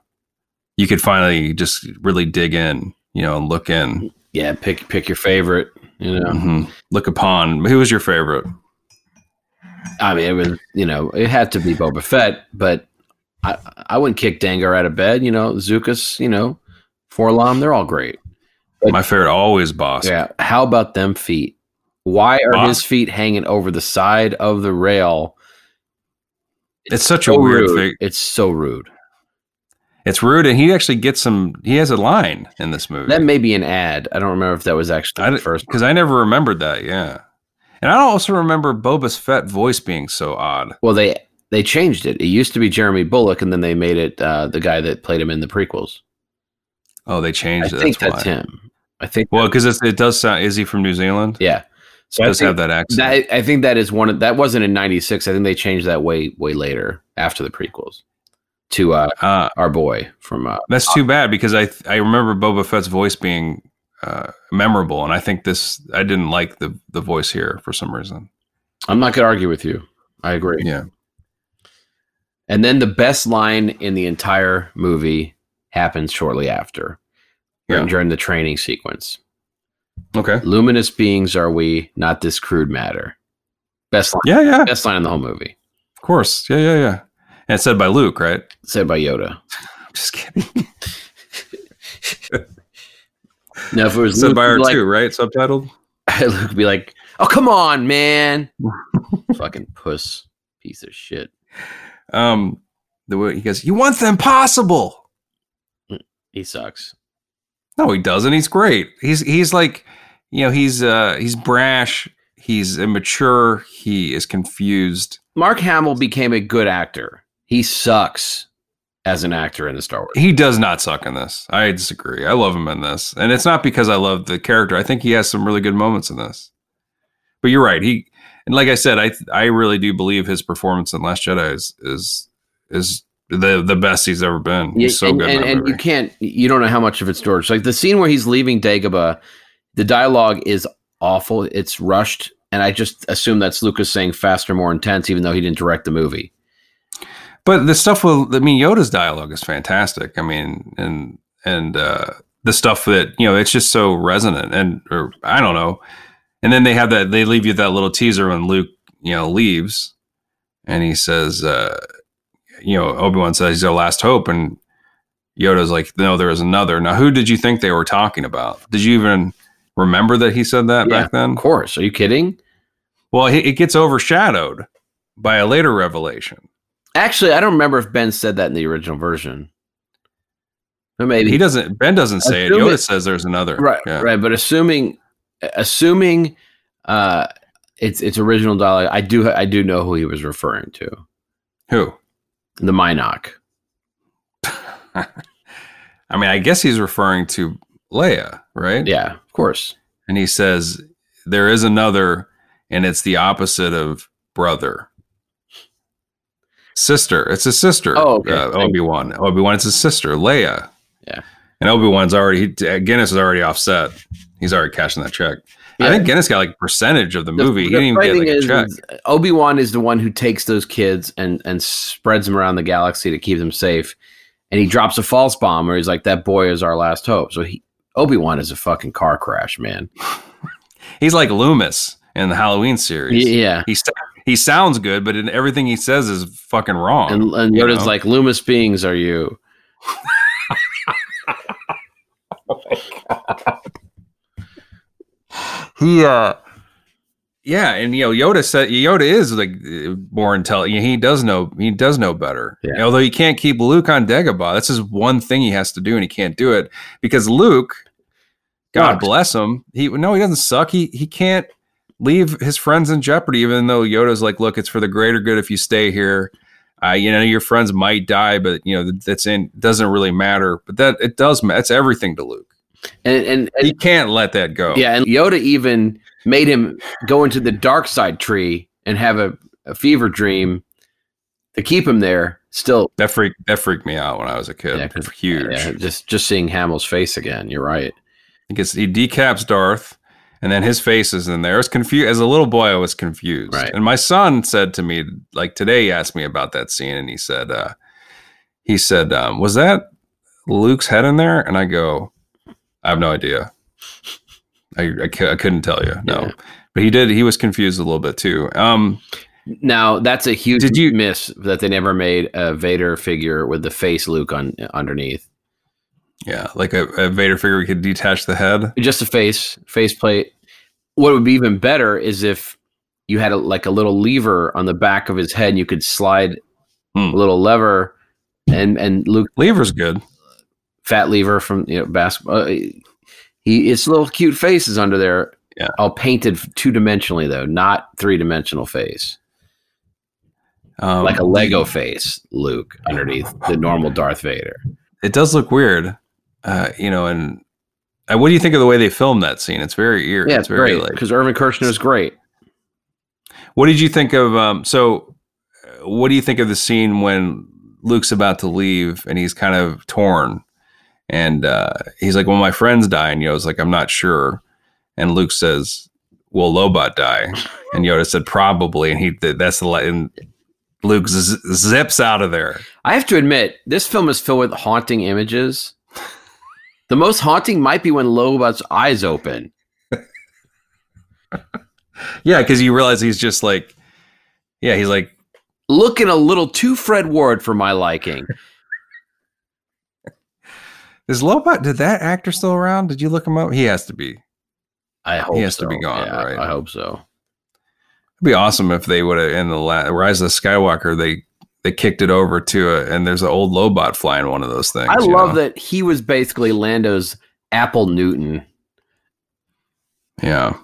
you could finally just really dig in, you know, and look in,
Yeah, pick pick your favorite. You know,
Mhm. look upon. Who was your favorite?
I mean, it was you know, it had to be Boba Fett, but I I wouldn't kick Dangar out of bed. You know, Zukas, you know, Forlom, they're all great.
My favorite always boss.
Yeah, how about them feet? Why are
Boss.
his feet hanging over the side of the rail?
it's such a
So
weird
rude.
thing.
It's so rude.
It's rude, and he actually gets some. He has a line in this movie.
That may be an ad. I don't remember if that was actually
I
the first.
because I never remembered that. Yeah, and I also remember Boba's Fett voice being so odd.
Well, they they changed it. It used to be Jeremy Bullock, and then they made it uh, the guy that played him in the prequels.
Oh, they
I
changed. it.
think
that's,
that's
why.
him. I think.
Well, because it does sound. Is he from New Zealand?
Yeah. So
It
I
does
think-
have that accent.
That, I think that is one of that wasn't in '96. I think they changed that way way later after the prequels to uh,
uh,
our boy from uh,
that's too bad because I I remember Boba Fett's voice being uh, memorable, and I think this I didn't like the the voice here for some reason.
I'm not gonna argue with you. I agree.
Yeah.
And then the best line in the entire movie happens shortly after
Yeah.
during the training sequence.
Okay.
Luminous beings are we, not this crude matter. Best line.
Yeah, yeah,
Best line in the whole movie,
of course. Yeah, yeah, yeah. And it's said by Luke, right?
said by Yoda.
Just kidding.
Now, if it was
said
Luke,
by
he'd
R
be like,
two, right? Subtitled.
Luke would be like, "Oh, come on, man! Fucking puss, piece of shit."
Um, the way he goes, you want the impossible.
He sucks.
No, he doesn't. He's great. He's he's like, you know, he's uh he's brash, he's immature, he is confused.
Mark Hamill became a good actor. He sucks as an actor in the Star Wars.
He does not suck in this. I disagree. I love him in this. And it's not because I love the character. I think he has some really good moments in this. But you're right. He and like I said, I I really do believe his performance in Last Jedi is is is the the best he's ever been. He's so
and,
good. in
and,
that
and you
movie.
can't. You don't know how much of it's George. Like the scene where he's leaving Dagobah, the dialogue is awful. It's rushed, and I just assume that's Lucas saying faster, more intense, even though he didn't direct the movie.
But the stuff with I mean Yoda's dialogue is fantastic. I mean, and and uh the stuff that, you know, it's just so resonant and or I don't know. And then they have that they leave you that little teaser when Luke, you know, leaves and he says uh you know, Obi-Wan says he's our last hope and Yoda's like, "No, there is another." Now, who did you think they were talking about? Did you even remember that he said that
Yeah,
back then?
Of course. Are you kidding?
Well, he, it gets overshadowed by a later revelation.
Actually, I don't remember if Ben said that in the original version. But maybe
He doesn't. Ben doesn't say it.
Assume
Yoda
it-
says there's another.
right
Yeah.
right but assuming assuming uh it's it's original dialogue i do i do know who he was referring to
Who?
the minoc
I mean, I guess he's referring to Leia, right?
yeah of course
And he says there is another, and it's the opposite of brother. Sister. It's a sister.
Oh, okay.
uh, Obi Wan. Obi Wan. It's a sister, Leia.
Yeah.
And Obi Wan's already. he- Guinness is already offset. He's already cashing that check. I
Yeah.
think Guinness got like a percentage of the movie. he
The- the
didn't even
funny
get like
thing
a
is-
check.
is obi-wan is the one who takes those kids and and spreads them around the galaxy to keep them safe and he drops a false bomb where he's like that boy is our last hope so he obi-wan is a fucking car crash man
He's like Loomis in the Halloween series.
yeah
He sa- he sounds good, but in everything he says is fucking wrong.
and, and
you
yoda's
know?
like loomis beings are you
he uh yeah, and you know Yoda said Yoda is like uh, more intelligent. He does know he does know better.
Yeah.
Although he can't keep Luke on Dagobah. That's his one thing he has to do, and he can't do it because Luke, God
Sucks.
bless him, he no he doesn't suck. He he can't leave his friends in jeopardy. Even though Yoda's like, look, it's for the greater good if you stay here. Uh, you know your friends might die, but you know that's in doesn't really matter. But that it does. ma- That's everything to Luke.
and and, and
He can't let that go.
Yeah, and Yoda even made him go into the dark side tree and have a, a fever dream to keep him there. Still,
That freaked that freaked me out when I was a kid.
Yeah, 'cause-
Huge.
yeah, just just seeing Hamill's face again. You're right.
He gets he decaps Darth, and then his face is in there. It's confused. As a little boy, I was confused.
Right.
And my son said to me, like today, he asked me about that scene, and he said, uh, he said, um, was that Luke's head in there? And I go, I have no idea. I I, cou- I couldn't tell you. No.
Yeah.
But he did. He was confused a little bit too. Um,
Now that's a huge
Did you-
miss that they never made a Vader figure with the face Luke on underneath.
yeah, like a, a Vader figure, we could detach the head.
Just a face face plate. What would be even better is if you had a, like a little lever on the back of his head. And you could slide
Hmm.
a little lever, and and Luke.
Lever's good.
fat lever from you know basketball. Uh, he it's little cute faces under there.
Yeah.
all painted two dimensionally though, not three dimensional face,
Um,
like a Lego face. Luke underneath the normal Darth Vader.
it does look weird, uh, you know. And uh, what do you think of the way they filmed that scene? It's very eerie.
Yeah,
it's very like.
because Irvin Kershner is great.
What did you think of? Um, so, uh, what do you think of the scene when Luke's about to leave and he's kind of torn, and uh, he's like, "Well, my friends die," and Yoda's like, "I'm not sure," and Luke says, "Will Lobot die?" And Yoda said, "Probably," and he th- that's the li- and Luke z- zips out of there.
I have to admit, this film is filled with haunting images. The most haunting might be when Lobot's eyes open.
Yeah, because you realize he's just like, yeah, he's like
Looking a little too Fred Ward for my liking.
Is Lobot? Did that actor still around? Did you look him up? He has to be. It'd
I hope
has to
so.
be gone,
Yeah,
right?
I hope so.
be awesome if they would have in the la- Rise of the Skywalker. They they kicked it over to a, and there's an old Lobot flying one of those things.
I
you
love
know?
that he was basically Lando's Apple Newton.
Yeah,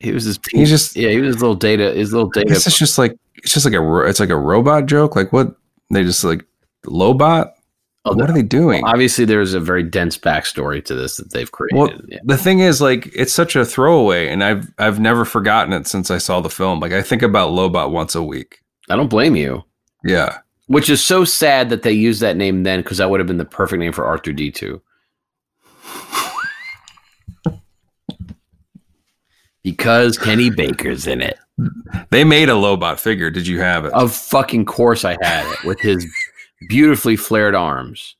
He was his.
He's just-
yeah. He was his little data. His little
I guess
data.
it's just like it's just like a ro- it's like a robot joke. Like what they just like Lobot.
Oh,
what
there-
are they doing?
Obviously, there's a very dense backstory to this that they've created.
Well,
yeah.
the thing is, like, it's such a throwaway, and I've I've never forgotten it since I saw the film. Like, I think about Lobot once a week.
I don't blame you.
Yeah,
Which is so sad that they used that name then, because that would have been the perfect name for R two D two. Because Kenny Baker's in it.
they made a Lobot figure. Did you have it?
Of fucking course, I had it with his beautifully flared arms,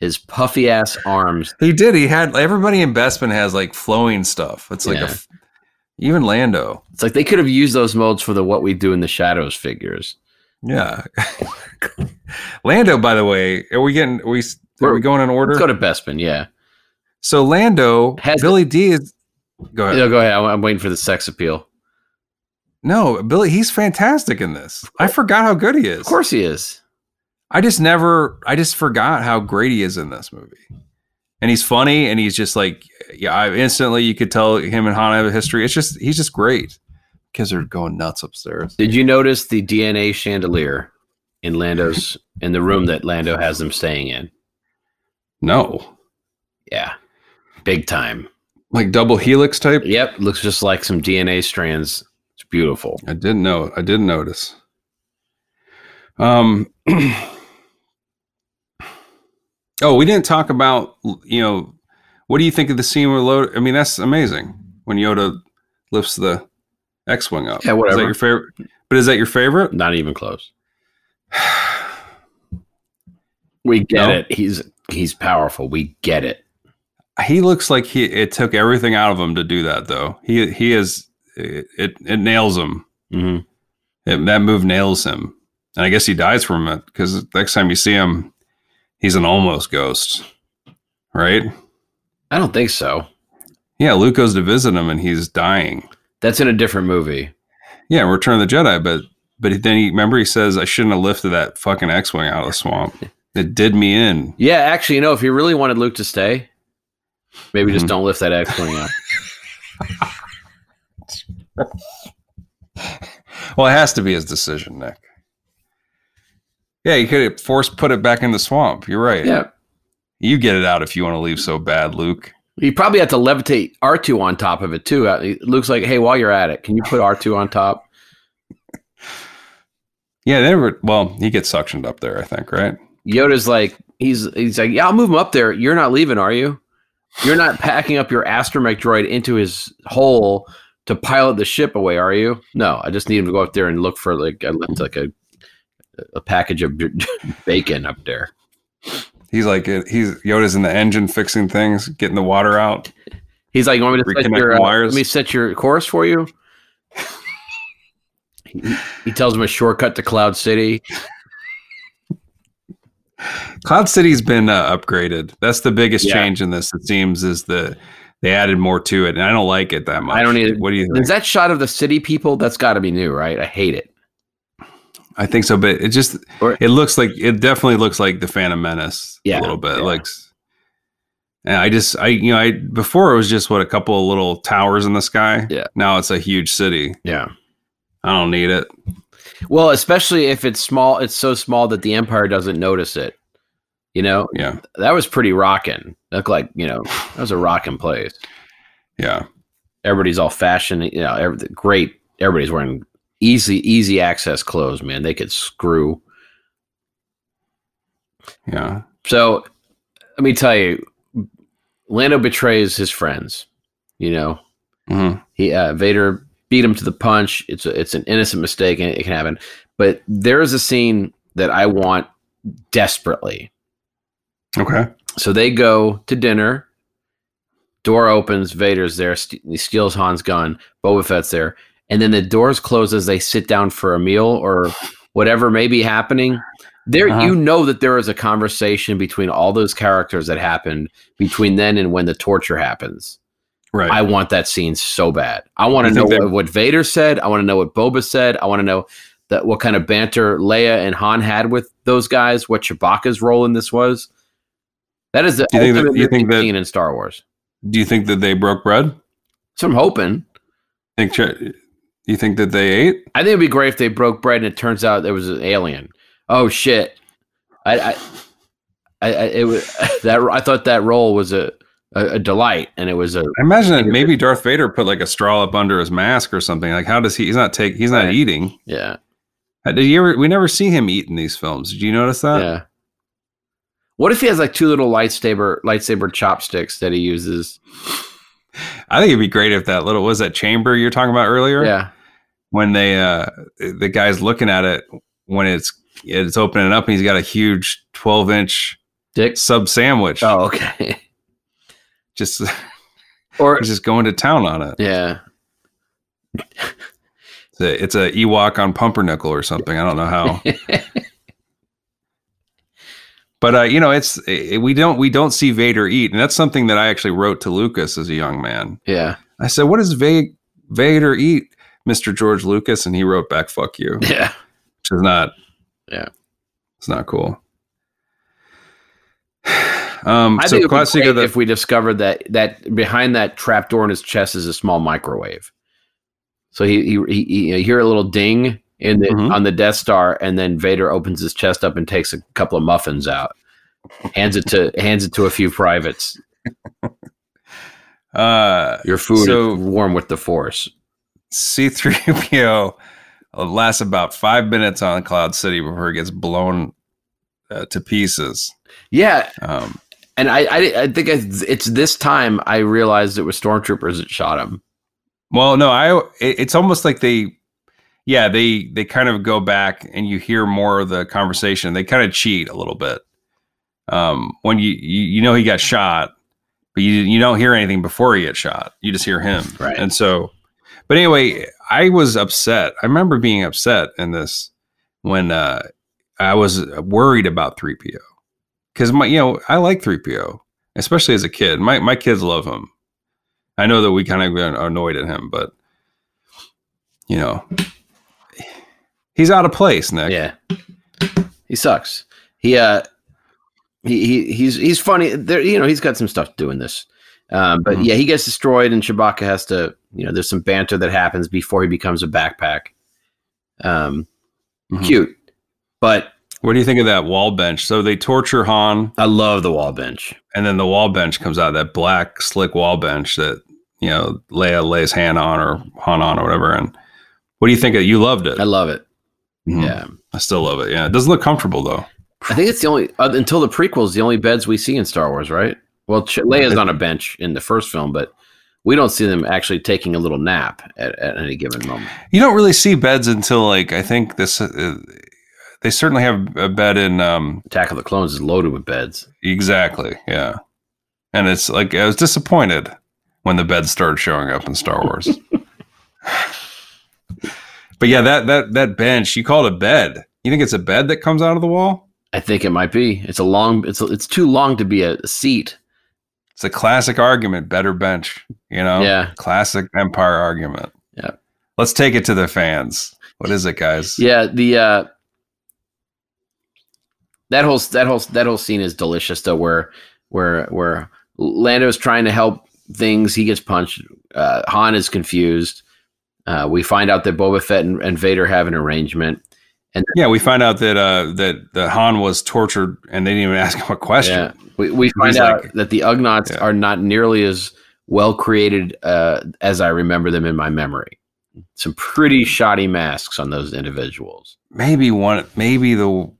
his puffy ass arms.
He did. He had everybody in Bestman has like flowing stuff. It's like a
Yeah.
f even Lando.
It's like they could have used those modes for the "What We Do in the Shadows" figures.
Yeah. Lando, by the way, are we getting are we are
We're-
we going in order?
Let's go to Bespin. Yeah,
so Lando
Has-
Billy D is Go ahead.
No, go ahead. I'm, I'm waiting for the sex appeal.
No, Billy, he's fantastic in this. I forgot how good he is.
Of course he is.
I just never, I just forgot how great he is in this movie. And he's funny and he's just like, yeah, I instantly you could tell him and Hana have a history. It's just, he's just great. Kids are going nuts upstairs.
Did you notice the DNA chandelier in Lando's in the room that Lando has them staying in?
No,
Yeah, big time.
like double helix type.
Yep, looks just like some DNA strands. It's beautiful.
I didn't know. I didn't notice. Um. oh, we didn't talk about you know. What do you think of the scene where Loda? I mean, that's amazing when Yoda lifts the X-wing up.
Yeah,
Is
whatever.
that your favorite? But is that your favorite?
Not even close. We get
No?
it. He's he's powerful. We get it.
He looks like he. It took everything out of him to do that, though. He he is. It it, it nails him.
hmm
It, that move nails him, and I guess he dies from it because next time you see him, he's an almost ghost, right?
I don't think so.
Yeah, Luke goes to visit him and he's dying.
That's in a different movie.
Yeah, Return of the Jedi, but but then he remember he says I shouldn't have lifted that fucking X wing out of the swamp. It did me in.
Yeah, actually, you know, if you really wanted Luke to stay, maybe just don't lift that X wing up.
Well, it has to be his decision, Nick. Yeah, you could have forced put it back in the swamp. You're right.
Yeah,
You get it out if you want to leave so bad, Luke.
you probably have to levitate R two on top of it too. Uh, Luke's like, hey, while you're at it, can you put R two on top?
Yeah, they were well, he gets suctioned up there, I think, right?
Yoda's like, he's he's like, yeah, I'll move him up there. You're not leaving, are you? You're not packing up your astromech droid into his hole to pilot the ship away, are you? No, I just need him to go up there and look for like I left like a a package of bacon up there.
He's like he's Yoda's in the engine fixing things, getting the water out.
He's like, you want me to set
Reconnect
your, uh,
wires.
let me set your course for you? he, he tells him a shortcut to Cloud City.
Cloud City's been uh, upgraded. That's the biggest
Yeah.
change in this. It seems is the they added more to it, and I don't like it that much.
I don't either.
What do you think?
Is that shot of the city people? That's got to be new, right? I hate it.
I think so, but it just
Or-
it looks like it definitely looks like the Phantom Menace
Yeah,
a little bit.
yeah.
Like, and I just I you know I before it was just what a couple of little towers in the sky.
Yeah.
Now it's a huge city.
Yeah.
I don't need it.
Well, especially if it's small, it's so small that the Empire doesn't notice it. You know,
Yeah.
that was pretty rocking. Looked like you know that was a rocking place.
Yeah.
Everybody's all fashion, you know, everything great. Everybody's wearing easy, easy access clothes. Man, they could screw.
Yeah.
So let me tell you, Lando betrays his friends. You know,
Mhm.
he uh, Vader beat him to the punch. It's a, it's an innocent mistake and it can happen. But there is a scene that I want desperately.
Okay.
So they go to dinner. Door opens. Vader's there. St- he steals Han's gun. Boba Fett's there. And then the doors close as they sit down for a meal or whatever may be happening. There,
Uh-huh.
you know that there is a conversation between all those characters that happened between then and when the torture happens.
Right.
I want that scene so bad. I want to
You
know
think
what,
that-
what Vader said. I want to know what Boba said. I want to know that what kind of banter Leia and Han had with those guys. What Chewbacca's role in this was. That is the
You think that-
ultimate
you think
movie
that-
scene in Star Wars.
do you think that they broke bread?
So I'm hoping.
Think Ch- you think that they ate?
I think it'd be great if they broke bread and it turns out there was an alien. Oh shit! I, I, I, I it was that I thought that role was a, a a delight, and it was a
I imagine that maybe Darth Vader put like a straw up under his mask or something. Like, how does he? He's not take. He's not
Right.
eating.
yeah.
Uh, Did you ever? We never see him eat in these films. Did you notice that?
yeah. What if he has like two little lightsaber lightsaber chopsticks that he uses?
I think it'd be great if that little was that chamber you're talking about earlier.
Yeah.
When they uh the guy's looking at it when it's it's opening up and he's got a huge 12 inch
Dick.
sub sandwich.
Oh, okay.
Just
Or
he's just going to town on it.
yeah.
It's a, it's a Ewok on pumpernickel or something. I don't know how. But uh, you know, it's eh, we don't we don't see Vader eat, and that's something that I actually wrote to Lucas as a young man.
yeah.
I said, "What does Va- Vader eat, Mister George Lucas?" And he wrote back, "Fuck you," which
Yeah.
is not,
Yeah.
it's not cool. Um,
I
so
think it would be
classic
great
of the
if we discovered that that behind that trap door in his chest is a small microwave. So he he, he, he you hear a little ding in the
Mhm.
on the Death Star, and then Vader opens his chest up and takes a couple of muffins out, hands it to hands it to a few privates.
uh,
Your food
So-
is warm with the Force.
C3PO lasts about five minutes on Cloud City before it gets blown uh, to pieces.
Yeah,
Um,
and I I, I think it's, it's this time I realized it was stormtroopers that shot him.
well, no, I it- it's almost like they, yeah, they they kind of go back and you hear more of the conversation. They kind of cheat a little bit. Um, when you you, you know he got shot, but you you don't hear anything before he gets shot. You just hear him,
Right.
And so, but anyway, I was upset. I remember being upset in this when uh, I was worried about three PO because my you know I like three PO especially as a kid. My my kids love him. I know that we kind of got annoyed at him, but you know he's out of place, Nick.
Yeah, he sucks. He uh, he, he he's he's funny. There, you know, he's got some stuff to do in this. Um, but
Mhm.
yeah, he gets destroyed, and Chewbacca has to. You know, there's some banter that happens before he becomes a backpack. Um,
Mhm.
cute, but
What do you think of that wall bench? So they torture Han,
I love the wall bench.
and then the wall bench comes out that black slick wall bench that you know Leia lays hand on or Han on or whatever. And what do you think of? it? You loved it.
I love it.
Mhm.
Yeah,
I still love it. Yeah, it doesn't look comfortable though.
I think it's the only uh, until the prequels, the only beds we see in Star Wars, right? Well, Ch- Leia's on a bench in the first film, but we don't see them actually taking a little nap at, at any given moment.
You don't really see beds until like I think this. Uh, they certainly have a bed in um,
Attack of the Clones is loaded with beds.
Exactly. Yeah. And it's like I was disappointed when the beds started showing up in Star Wars. but yeah, that that that bench, you call it a bed. You think it's a bed that comes out of the wall?
I think it might be. It's a long. It's it's too long to be a seat.
It's a classic argument, better bench, you know?
Yeah.
Classic empire argument.
Yeah.
Let's take it to the fans. What is it, guys?
Yeah. The uh, that whole that whole that whole scene is delicious though. Where where where Lando's trying to help things, he gets punched. Uh, Han is confused. Uh, we find out that Boba Fett and, and Vader have an arrangement.
Yeah, we find out that uh that, that Han was tortured and they didn't even ask him a question.
Yeah. We, we find
He's
out
like-
that the Ugnaughts
Yeah.
are not nearly as well created uh, as I remember them in my memory. Some pretty shoddy masks on those individuals.
maybe one maybe the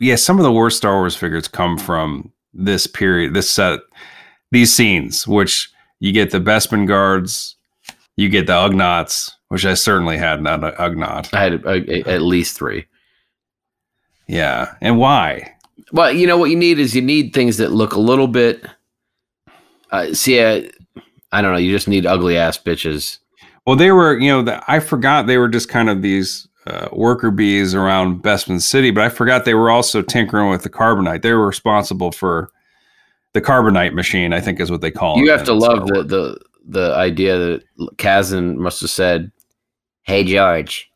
yeah some of the worst star wars figures come from this period this set these scenes which you get the bespin guards you get the ugnaughts which i certainly had not an ugnaught
I had a, a, at least three.
yeah and why
Well, you know what you need is you need things that look a little bit. Uh, see, I, I don't know. You just need ugly ass bitches.
well they were you know the, i forgot they were just kind of these uh, worker bees around bespin city but i forgot they were also tinkering with the carbonite they were responsible for the carbonite machine i think is what they call it
you have
in
to
Star
love the,
Wars.
the the idea that Kazan must have said, "Hey George,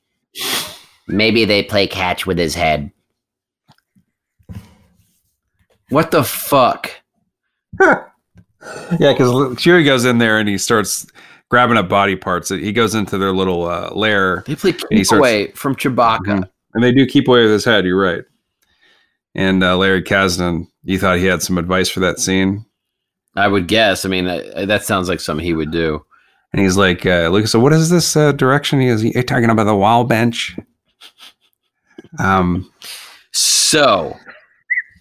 maybe they play catch with his head." What the fuck?
Yeah, because Chewie goes in there and he starts grabbing up body parts. He goes into their little uh, lair,
They play
he
keep
starts-
away from Chewbacca.
Mhm. and they do keep away with his head. You're right. And uh, Larry Kasdan, you thought he had some advice for that scene,
I would guess. I mean, I, that sounds like something he would do.
and he's like, uh, "Lucas, so what is this uh, direction? He is you talking about the wall bench." Um,
So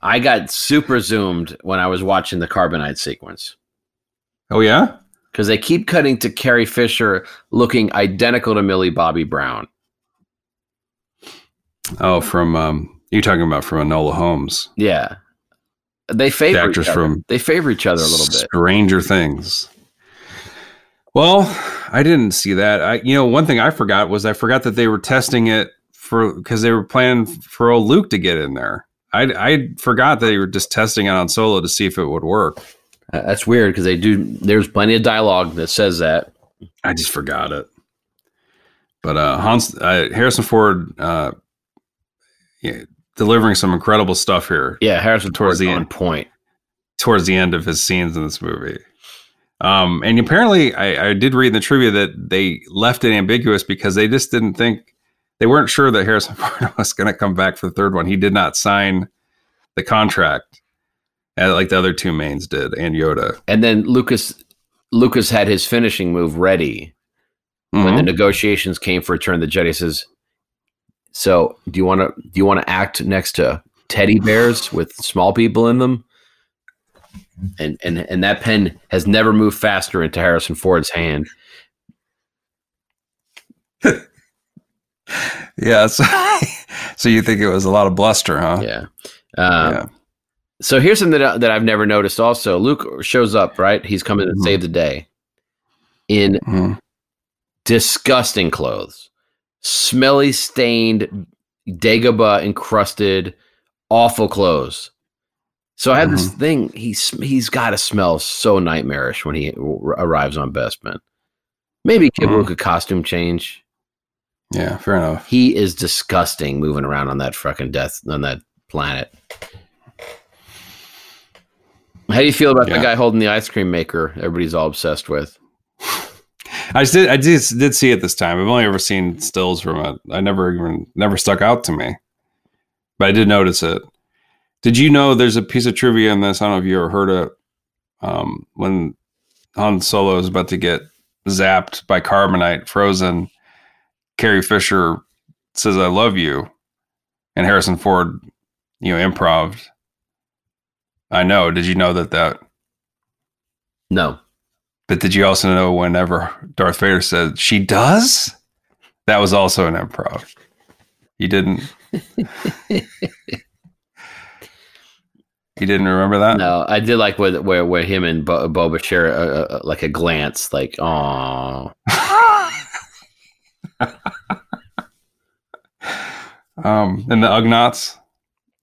I got super zoomed when I was watching the carbonite sequence
oh yeah,
because they keep cutting to Carrie Fisher looking identical to Millie Bobby Brown.
oh from um, you talking about from Enola Holmes,
Yeah. They
the
favor
actress
each other.
from
they favor each other a little bit.
Stranger Things. Well, I didn't see that. I, you know, one thing I forgot was I forgot that they were testing it for because they were planning for old Luke to get in there. I I forgot they were just testing it on Solo to see if it would work.
Uh, that's weird because they do. There's plenty of dialogue that says that,
I just forgot it. But uh, Hans uh, Harrison Ford, uh, yeah, delivering some incredible stuff here
Yeah, Harrison towards
Towards
the
the
on
end.
point.
towards the end of his scenes in this movie. Um, and apparently, I, I did read in the trivia that they left it ambiguous because they just didn't think they weren't sure that Harrison Ford was going to come back for the third one. He did not sign the contract, uh, like the other two mains did, and Yoda.
And then Lucas Lucas had his finishing move ready when the
Mhm.
negotiations came for Return of the Jedi. He says, "So do you want to do you want to act next to teddy bears with small people in them?" And and and that pen has never moved faster into Harrison Ford's hand.
Yeah. So, so you think it was a lot of bluster, huh?
Yeah. Um,
Uh, Yeah.
So here's something that, I- that I've never noticed. Also, Luke shows up. Right, he's coming to
Mhm.
save the day in
Mhm.
disgusting clothes, smelly, stained, Dagobah encrusted, awful clothes. So I have this thing. He's he's got to smell so nightmarish when he r- arrives on Bestman. Maybe give
Mhm.
Luke a costume change.
Yeah. Fair enough.
He is disgusting moving around on that fucking death on that planet. How do you feel about the
Yeah.
guy holding the ice cream maker? Everybody's all obsessed with.
I just did. I just did see it this time. I've only ever seen stills from it. I never even never stuck out to me, but I did notice it. Did you know there's a piece of trivia in this? I don't know if you ever heard it. Um, when Han Solo is about to get zapped by carbonite, frozen, Carrie Fisher says, "I love you," and Harrison Ford, you know, improv. I know. Did you know that that
No,
but did you also know whenever Darth Vader said, she does? That was also an improv. You didn't. you didn't remember that?
No, I did like where where, where him and Bo- Boba share a, a, a- uh, like a glance, like oh,
Um, and the Ugnaughts,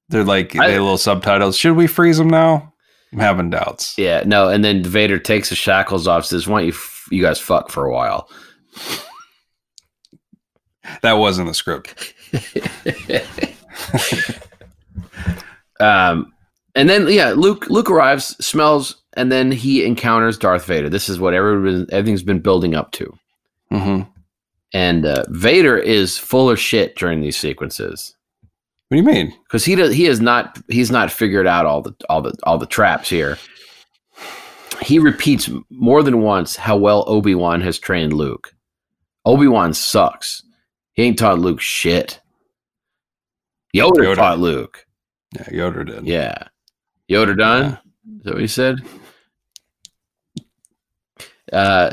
they're like,
I-
they have little subtitles. Should we freeze them now? I'm having doubts.
yeah, no. And then Vader takes the shackles off, says, "Why don't you f- you guys fuck for a while?"
That was in the script.
Um, and then yeah, Luke Luke arrives, smells, and then he encounters Darth Vader. This is what everyone everything's been building up to,
hmm What
and uh, Vader is full of shit during these sequences.
do you mean?
because he does he is not he's not figured out all the all the all the traps here. He repeats more than once how well Obi Wan has trained Luke. Obi Wan sucks. He ain't taught Luke shit. Yoda,
Yoda.
taught Luke.
Yeah, Yoder did.
Yeah, Yoda done. Is that what he said? Uh,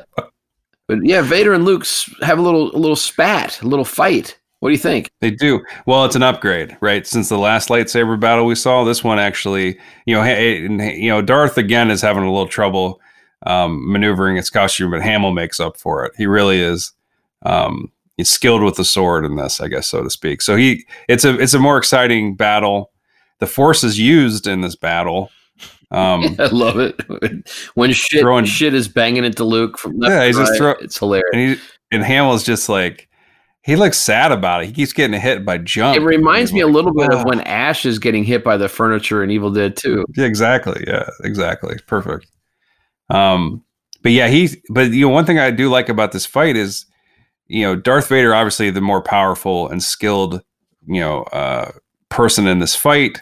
but yeah, Vader and Luke s- have a little a little spat, a little fight. What do you think?
They do. Well, it's an upgrade, right? Since the last lightsaber battle we saw, this one actually, you know, hey, and, hey, you know, Darth again is having a little trouble um, maneuvering its costume, but Hamill makes up for it. He really is. Um, he's skilled with the sword in this, I guess, so to speak. So he, it's a, it's a more exciting battle. The force is used in this battle. Um,
I love it when shit
Throwing-
shit is banging into Luke from left
Yeah,
yeah,
he's just throw-
it's hilarious.
and he, and Hamill's just like, he looks sad about it. He keeps getting hit by junk.
It reminds me a
Like,
little bit
"Ah."
of when Ash is getting hit by the furniture in Evil Dead 2.
Yeah, exactly. Yeah, exactly. Perfect. Um, but yeah, he. But you know, one thing I do like about this fight is, you know, Darth Vader obviously the more powerful and skilled, you know, uh, person in this fight.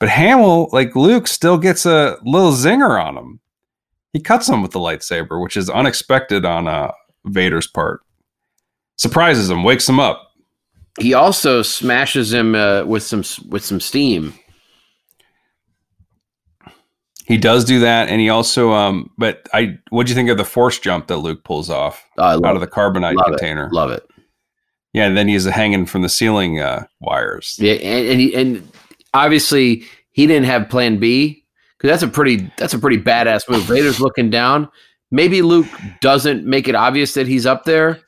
But Hamill, like Luke, still gets a little zinger on him. He cuts him with the lightsaber, which is unexpected on uh, Vader's part. Surprises him, wakes him up.
He also smashes him uh, with some s- with some steam.
He does do that, and he also. Um, but I, what do you think of the force jump that Luke pulls off?
Oh, I love
out of the carbonite
Love it.
container.
it. Love it.
Yeah, and then he's hanging from the ceiling uh, wires.
Yeah, and and, he, and obviously he didn't have Plan B because that's a pretty that's a pretty badass move. Vader's looking down. Maybe Luke doesn't make it obvious that he's up there.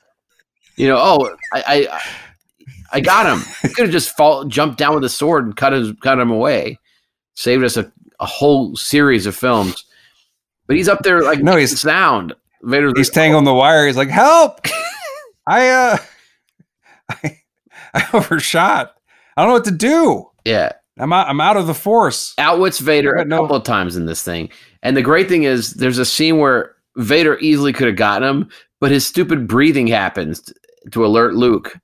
You know, oh, I I, I got him. He could have just fall, jumped down with a sword and cut his cut him away. Saved us a, a whole series of films. But he's up there like
No,
making
he's-
sound. Vader's
He's
like, "Oh."
tangled in the wire. He's like, "Help! I uh, I, I overshot. I don't know what to do.
yeah,
I'm out. I'm out of the force."
outwits Vader
Yeah,
a
no.
couple of times in this thing. And the great thing is, there's a scene where Vader easily could have gotten him, but his stupid breathing happens t- to alert Luke.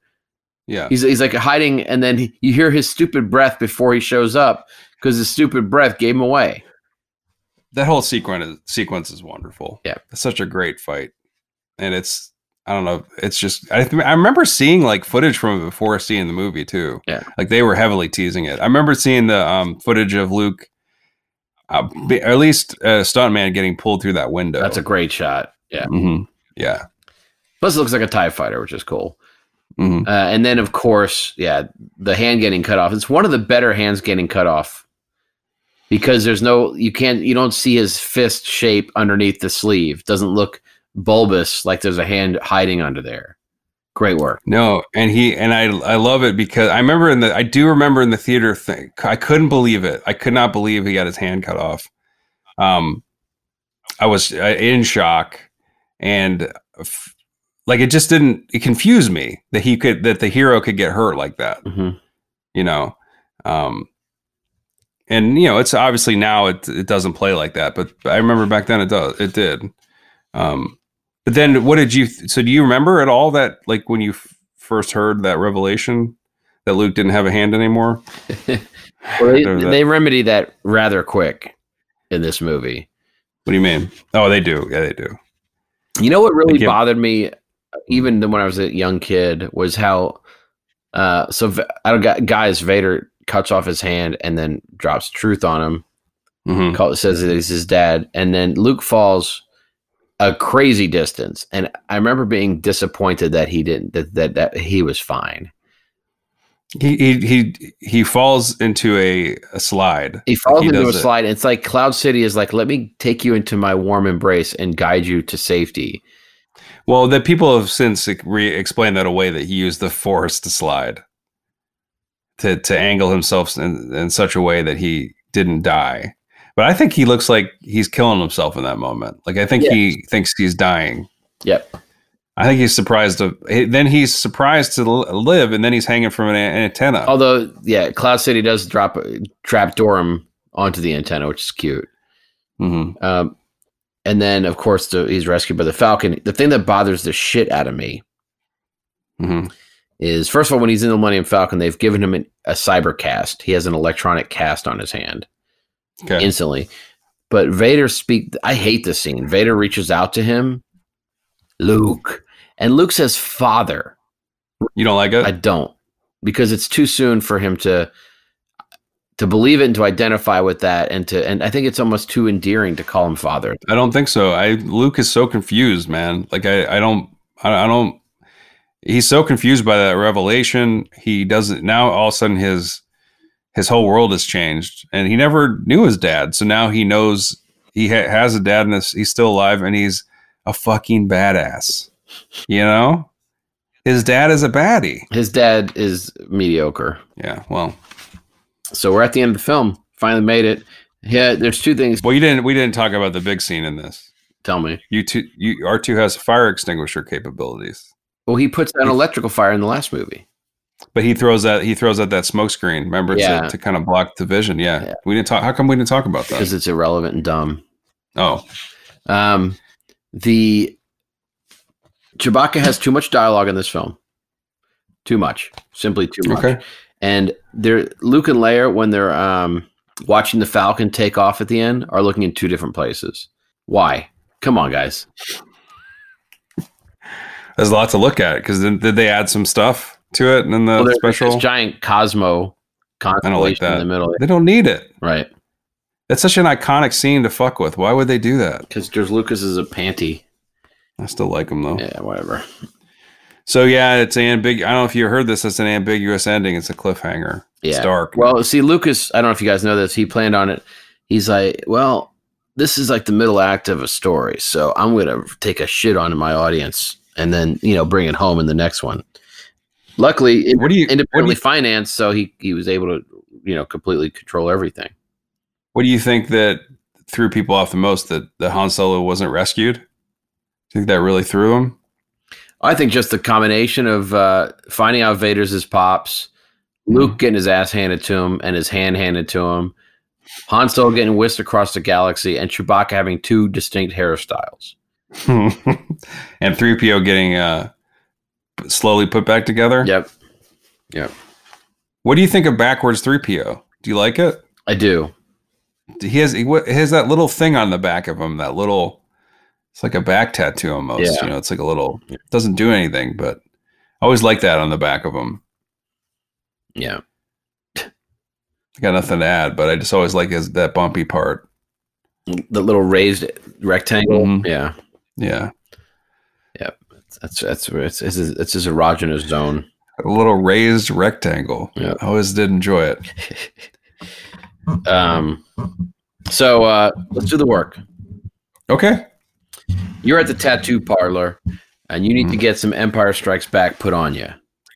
Yeah,
He's, he's like hiding, and then he- you hear his stupid breath before he shows up because his stupid breath gave him away.
that whole sequence is, sequence is wonderful.
Yeah.
it's such a great fight, and it's I don't know. It's just I th- I remember seeing like footage from it before seeing the movie too.
Yeah.
like they were heavily teasing it. I remember seeing the um footage of Luke, uh, be- or at least uh, stuntman getting pulled through that window.
That's a great shot. Yeah.
hmm yeah.
Plus, it looks like a TIE fighter, which is cool.
hmm
Uh, and then, of course, yeah, the hand getting cut off. It's one of the better hands getting cut off because there's no, you can't, you don't see his fist shape underneath the sleeve. Doesn't look bulbous like there's a hand hiding under there. Great work.
No, and he and I I love it because I remember in the I do remember in the theater thing I couldn't believe it. I could not believe he got his hand cut off. Um I was uh, in shock and uh, f- like it just didn't it confused me that he could that the hero could get hurt like that,
Mhm.
you know. Um and you know, it's obviously now it it doesn't play like that, but I remember back then it does. It did. Um but then, what did you? So, do you remember at all that, like, when you f- first heard that revelation that Luke didn't have a hand anymore?
Well, they,
Remember that.
they remedy that rather quick in this movie.
What do you mean? Oh, they do. Yeah, they do.
You know what really
Like, yeah.
bothered me, uh, even then when I was a young kid, was how. Uh, so V- I don't got guys. Vader cuts off his hand and then drops truth on him.
hmm
Call, says that he's his dad, and then Luke falls a crazy distance. And I remember being disappointed that he didn't that that, that he was fine.
He, he he he falls into a, a slide.
He falls
He
into a
does it.
slide. and it's like Cloud City is like, let me take you into my warm embrace and guide you to safety.
Well, that people have since re- explained that away that he used the force to slide to to angle himself in, in such a way that he didn't die. But I think he looks like he's killing himself in that moment. Like I think he thinks he's dying.
Yep.
I think he's surprised to. he- Then he's surprised to l- live, and then he's hanging from an a- antenna.
Although, yeah, Cloud City does drop trap Dorum onto the antenna, which is cute.
hmm
Um, and then, of course, the, he's rescued by the Falcon. The thing that bothers the shit out of me
hmm
is, first of all, when he's in the Millennium Falcon, they've given him an, a cyber cast. He has an electronic cast on his hand
Okay.
instantly. But Vader speak. I hate this scene. Vader reaches out to him, Luke, and Luke says, "Father."
you don't like it?
I don't because it's too soon for him to to believe it and to identify with that and to and I think it's almost too endearing to call him father.
I don't think so. I Luke is so confused, man. Like I, I don't, I, I don't. He's so confused by that revelation. He doesn't now. All of a sudden, his his whole world has changed, and he never knew his dad. So now he knows he ha- has a dad, and is- he's still alive, and he's a fucking badass. You know, his dad is a baddie.
His dad is mediocre.
Yeah. Well.
So we're at the end of the film. Finally made it. Yeah, there's two things.
Well, you didn't. We didn't talk about the big scene in this.
Tell me.
You two, you R two has fire extinguisher capabilities,
Well, he puts out an electrical fire in the last movie.
but he throws that he throws out that smoke screen. Remember
Yeah.
to, to kind of block the vision. Yeah.
Yeah.
we didn't talk. How come we didn't talk about that?
Because it's irrelevant and dumb.
Oh,
Um, the Chewbacca has too much dialogue in this film. Too much. Simply too much.
okay.
And they're Luke and Leia when they're um, watching the Falcon take off at the end are looking in two different places. Why? Come on, guys.
There's a lot to look at because then did they add some stuff to it and then the
Well, there's
Oh, special?
this giant Cosmo constellation
that.
in the middle,
they don't need it.
right?
That's such an iconic scene to fuck with. Why would they do that?
Because George Lucas is a panty.
I still like him though.
Yeah, whatever.
So yeah, it's an ambig. I don't know if you heard this. It's an ambiguous ending. It's a cliffhanger. It's
Yeah.
dark.
Well, see, Lucas, I don't know if you guys know this. He planned on it. He's like, well, this is like the middle act of a story, so I'm gonna take a shit on my audience and then you know bring it home in the next one. Luckily, it
what do you? what do you
independently financed, so he he was able to you know completely control everything.
What do you think that threw people off the most that the Han Solo wasn't rescued? Think that really threw him?
I think just the combination of uh, finding out Vader's his pops,
Mm-hmm.
Luke getting his ass handed to him and his hand handed to him, Han Solo getting whisked across the galaxy, and Chewbacca having two distinct hairstyles.
Hmm. and 3PO getting uh, slowly put back together.
Yep,
What do you think of backwards 3PO? Do you like it?
I do.
He has he wa- he has that little thing on the back of him, that little it's like a back tattoo almost,
Yeah.
you know, it's like a little doesn't do anything, but I always like that on the back of him.
Yeah,
I got nothing to add, but I just always like his that bumpy part.
the little raised rectangle.
Mhm.
Yeah,
Yeah.
that's that's where it's it's, it's his erogenous zone.
A little raised rectangle.
Yeah.
I always did enjoy it.
Um, so uh, let's do the work.
Okay.
You're at the tattoo parlor, and you need to get some Empire Strikes Back put on you.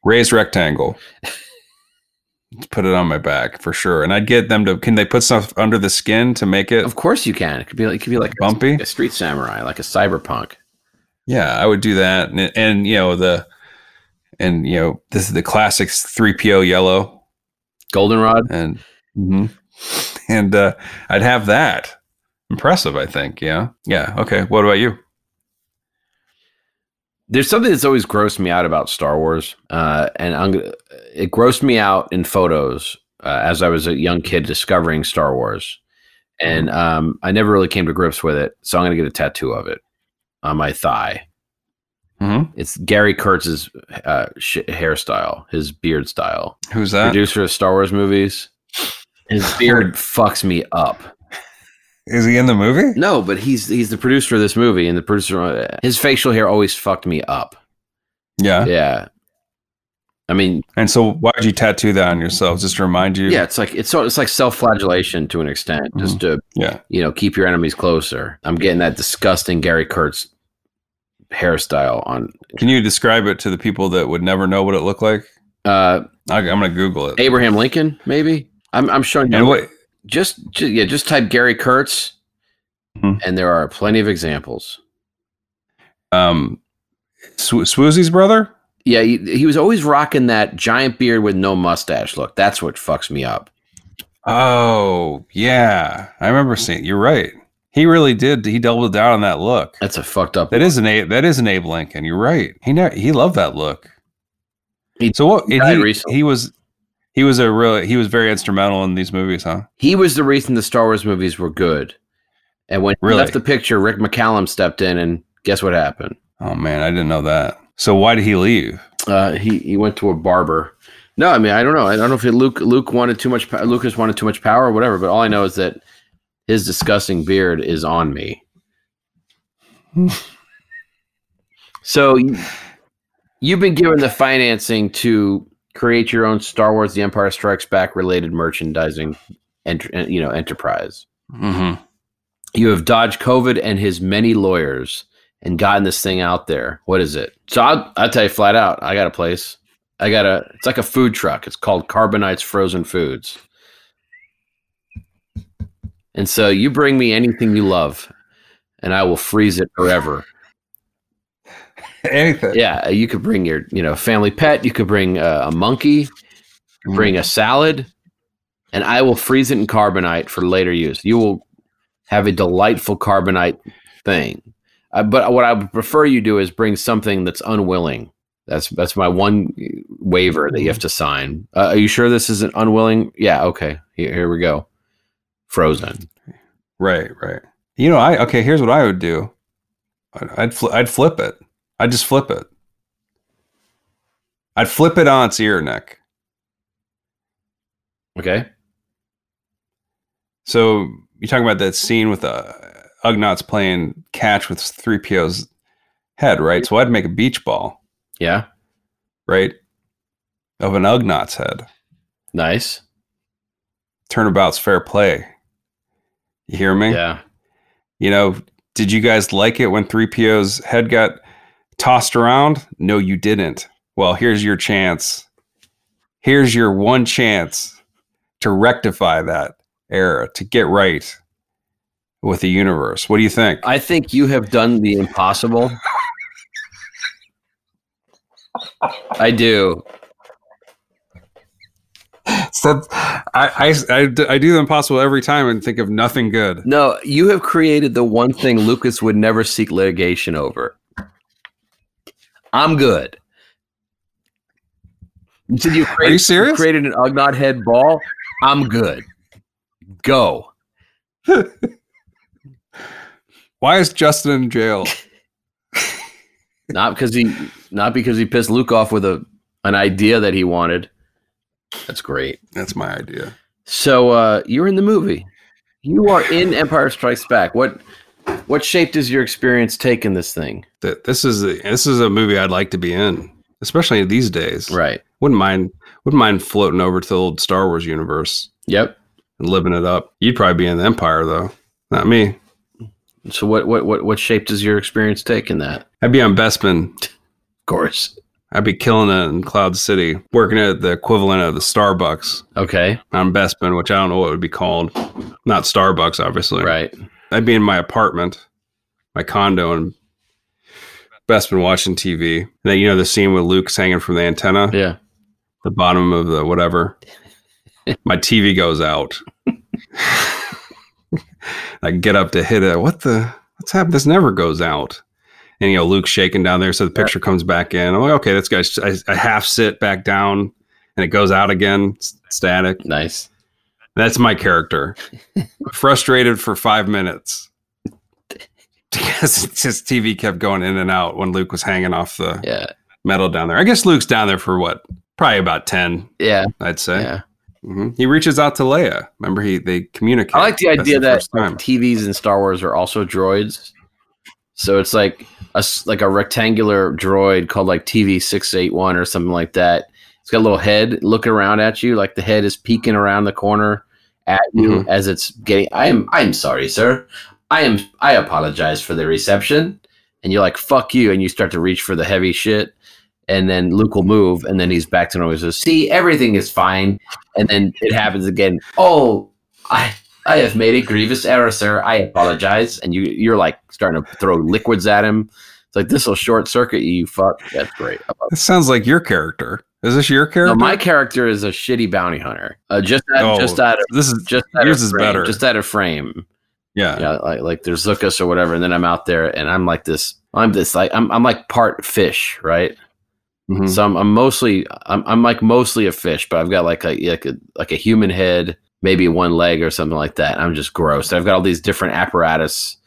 Raised rectangle. Let's Put it on my back for sure. And I'd get them to can they put stuff under the skin to make it
Of course you can. It could be like it could be like a-
bumpy?
a street samurai, like a cyberpunk.
Yeah, I would do that, and and you know the, and you know this is the classic three PO yellow,
Goldenrod.
and mm-hmm. and uh, I'd have that. Impressive, I think. Yeah, yeah. Okay. What about you?
There's something that's always grossed me out about Star Wars, uh, and I'm gonna, it grossed me out in photos uh, as I was a young kid discovering Star Wars, and um, I never really came to grips with it. So I'm gonna get a tattoo of it on my thigh.
Mhm.
It's Gary Kurtz's uh, sh- hairstyle, his beard style.
Who's that? Is
Producer of Star Wars movies. His beard fucks me up.
he in the movie?
No, but he's he's the producer of this movie, and the producer uh, his facial hair always fucked me up.
Yeah.
Yeah, I mean,
And so, why'd you tattoo that on yourself? Just to remind you.
yeah, it's like it's so it's like self-flagellation to an extent, just to
Mm-hmm. Yeah.
you know keep your enemies closer. I'm getting that disgusting Gary Kurtz hairstyle on.
Can you describe it to the people that would never know what it looked like?
Uh,
I, I'm gonna Google it.
Abraham Lincoln, maybe. I'm I'm showing you.
And what?
Just, ju- yeah, just type Gary Kurtz,
Hmm.
and there are plenty of examples.
Um, Sw- Swoozy's brother?
Yeah, he, he was always rocking that giant beard with no mustache. Look, that's what fucks me up.
Oh yeah, I remember seeing. You're right. He really did. He doubled down on that look.
That's a fucked up.
That is an Abe. That is an Abe Lincoln. You're right. He ne- he loved that look.
He-
so what?
he
and
died
he,
recently.
he was he was a real he was very instrumental in these movies, huh?
He was the reason the Star Wars movies were good. And when
Really?
he left the picture, Rick McCallum stepped in, and guess what happened?
Oh man, I didn't know that. So why did he leave?
Uh, he he went to a barber. No, I mean I don't know. I don't know if he, Luke Luke wanted too much. po- Lucas wanted too much power or whatever. But all I know is that his disgusting beard is on me. so you- you've been given the financing to create your own Star Wars: The Empire Strikes Back related merchandising, enter, you know, enterprise.
Mm-hmm.
You have dodged COVID and his many lawyers and gotten this thing out there. What is it? So I'll, I'll tell you flat out. I got a place. I got a. It's like a food truck. It's called Carbonite's Frozen Foods. And so you bring me anything you love, and I will freeze it forever.
Anything.
Yeah, you could bring your, you know, family pet. You could bring uh, a monkey. Bring a salad, and I will freeze it in carbonite for later use. You will have a delightful carbonite thing. Uh, but what I would prefer you do is bring something that's unwilling. That's that's my one uh, waiver that you have to sign. Uh, are you sure this isn't unwilling? Yeah. Okay. Here, here we go. Frozen.
Right. Right. You know, I okay. Here's what I would do. I'd I'd, fl- I'd flip it. I'd just flip it. I'd flip it on its ear, neck.
Okay.
So you're talking about that scene with uh, Ugnaughts playing catch with 3PO's head, right? So I'd make a beach ball,
Yeah.
right? Of an Ugnaughts head.
Nice.
Turnabout's fair play. You hear me?
Yeah.
You know, did you guys like it when 3PO's head got tossed around? No, you didn't. Well, here's your chance. Here's your one chance to rectify that error, to get right. with the universe. What do you think?
I think you have done the impossible. I do.
So I, I, I d- I do the impossible every time and think of nothing good.
No, you have created the one thing Lucas would never seek litigation over. I'm good. You said you created,
serious?
created an Ugnaught head ball. I'm good. Go.
Why is Justin in jail?
Not because he not because he pissed Luke off with a an idea that he wanted. That's great.
That's my idea.
So uh, you're in the movie. You are in Empire Strikes Back. What what shape does your experience take in this thing?
That this is a, this is a movie I'd like to be in, especially these days.
Right.
Wouldn't mind wouldn't mind floating over to the old Star Wars universe
Yep.
and living it up. You'd probably be in the Empire though, not me.
So what what what what shape does your experience take in that?
I'd be on Bespin.
Of course.
I'd be killing it in Cloud City, working at the equivalent of the Starbucks
Okay.
on Bespin, which I don't know what it would be called. Not Starbucks, obviously.
Right.
I'd be in my apartment, my condo, and best been watching TV. And then you know the scene with Luke's hanging from the antenna,
Yeah.
the bottom of the whatever. my TV goes out. I get up to hit it. What the? What's happened? This never goes out. And you know Luke's shaking down there, so the picture comes back in. I'm like, okay, this guy's. I, I half sit back down, and it goes out again, s- static.
Nice.
That's my character. Frustrated for five minutes because his TV kept going in and out when Luke was hanging off the
Yeah.
metal down there. I guess Luke's down there for what? Probably about 10,
Yeah.
I'd say.
Yeah.
Mhm. He reaches out to Leia. Remember, he they communicate.
I like the
That's
idea that
first time.
TVs in Star Wars are also droids. So it's like a s- like a rectangular droid called like TV six eight one or something like that. It's got a little head looking around at you, like the head is peeking around the corner at you
Mhm.
as it's getting. I am I am sorry, sir. I am I apologize for the reception. And you're like fuck you, and you start to reach for the heavy shit. And then Luke will move, and then he's back to normal. He says, "See, everything is fine." And then it happens again. Oh, I I have made a grievous error, sir. I apologize. And you you're like starting to throw liquids at him. It's like this will short circuit you, you fuck. That's great. I love it.
This sounds like your character. Is this your
No,
character?
my character is a shitty bounty hunter. Uh, just out,
Oh,
just out of
this is
just out
yours
of
is
frame,
better.
Just out of frame.
yeah.
Yeah, like like there's Zuckus or whatever, and then I'm out there and I'm like this. I'm this like I'm I'm like part fish, right?
Mhm.
So I'm, I'm mostly I'm, I'm like mostly a fish, but I've got like a like a like a human head, maybe one leg or something like that. I'm just gross. I've got all these different apparatus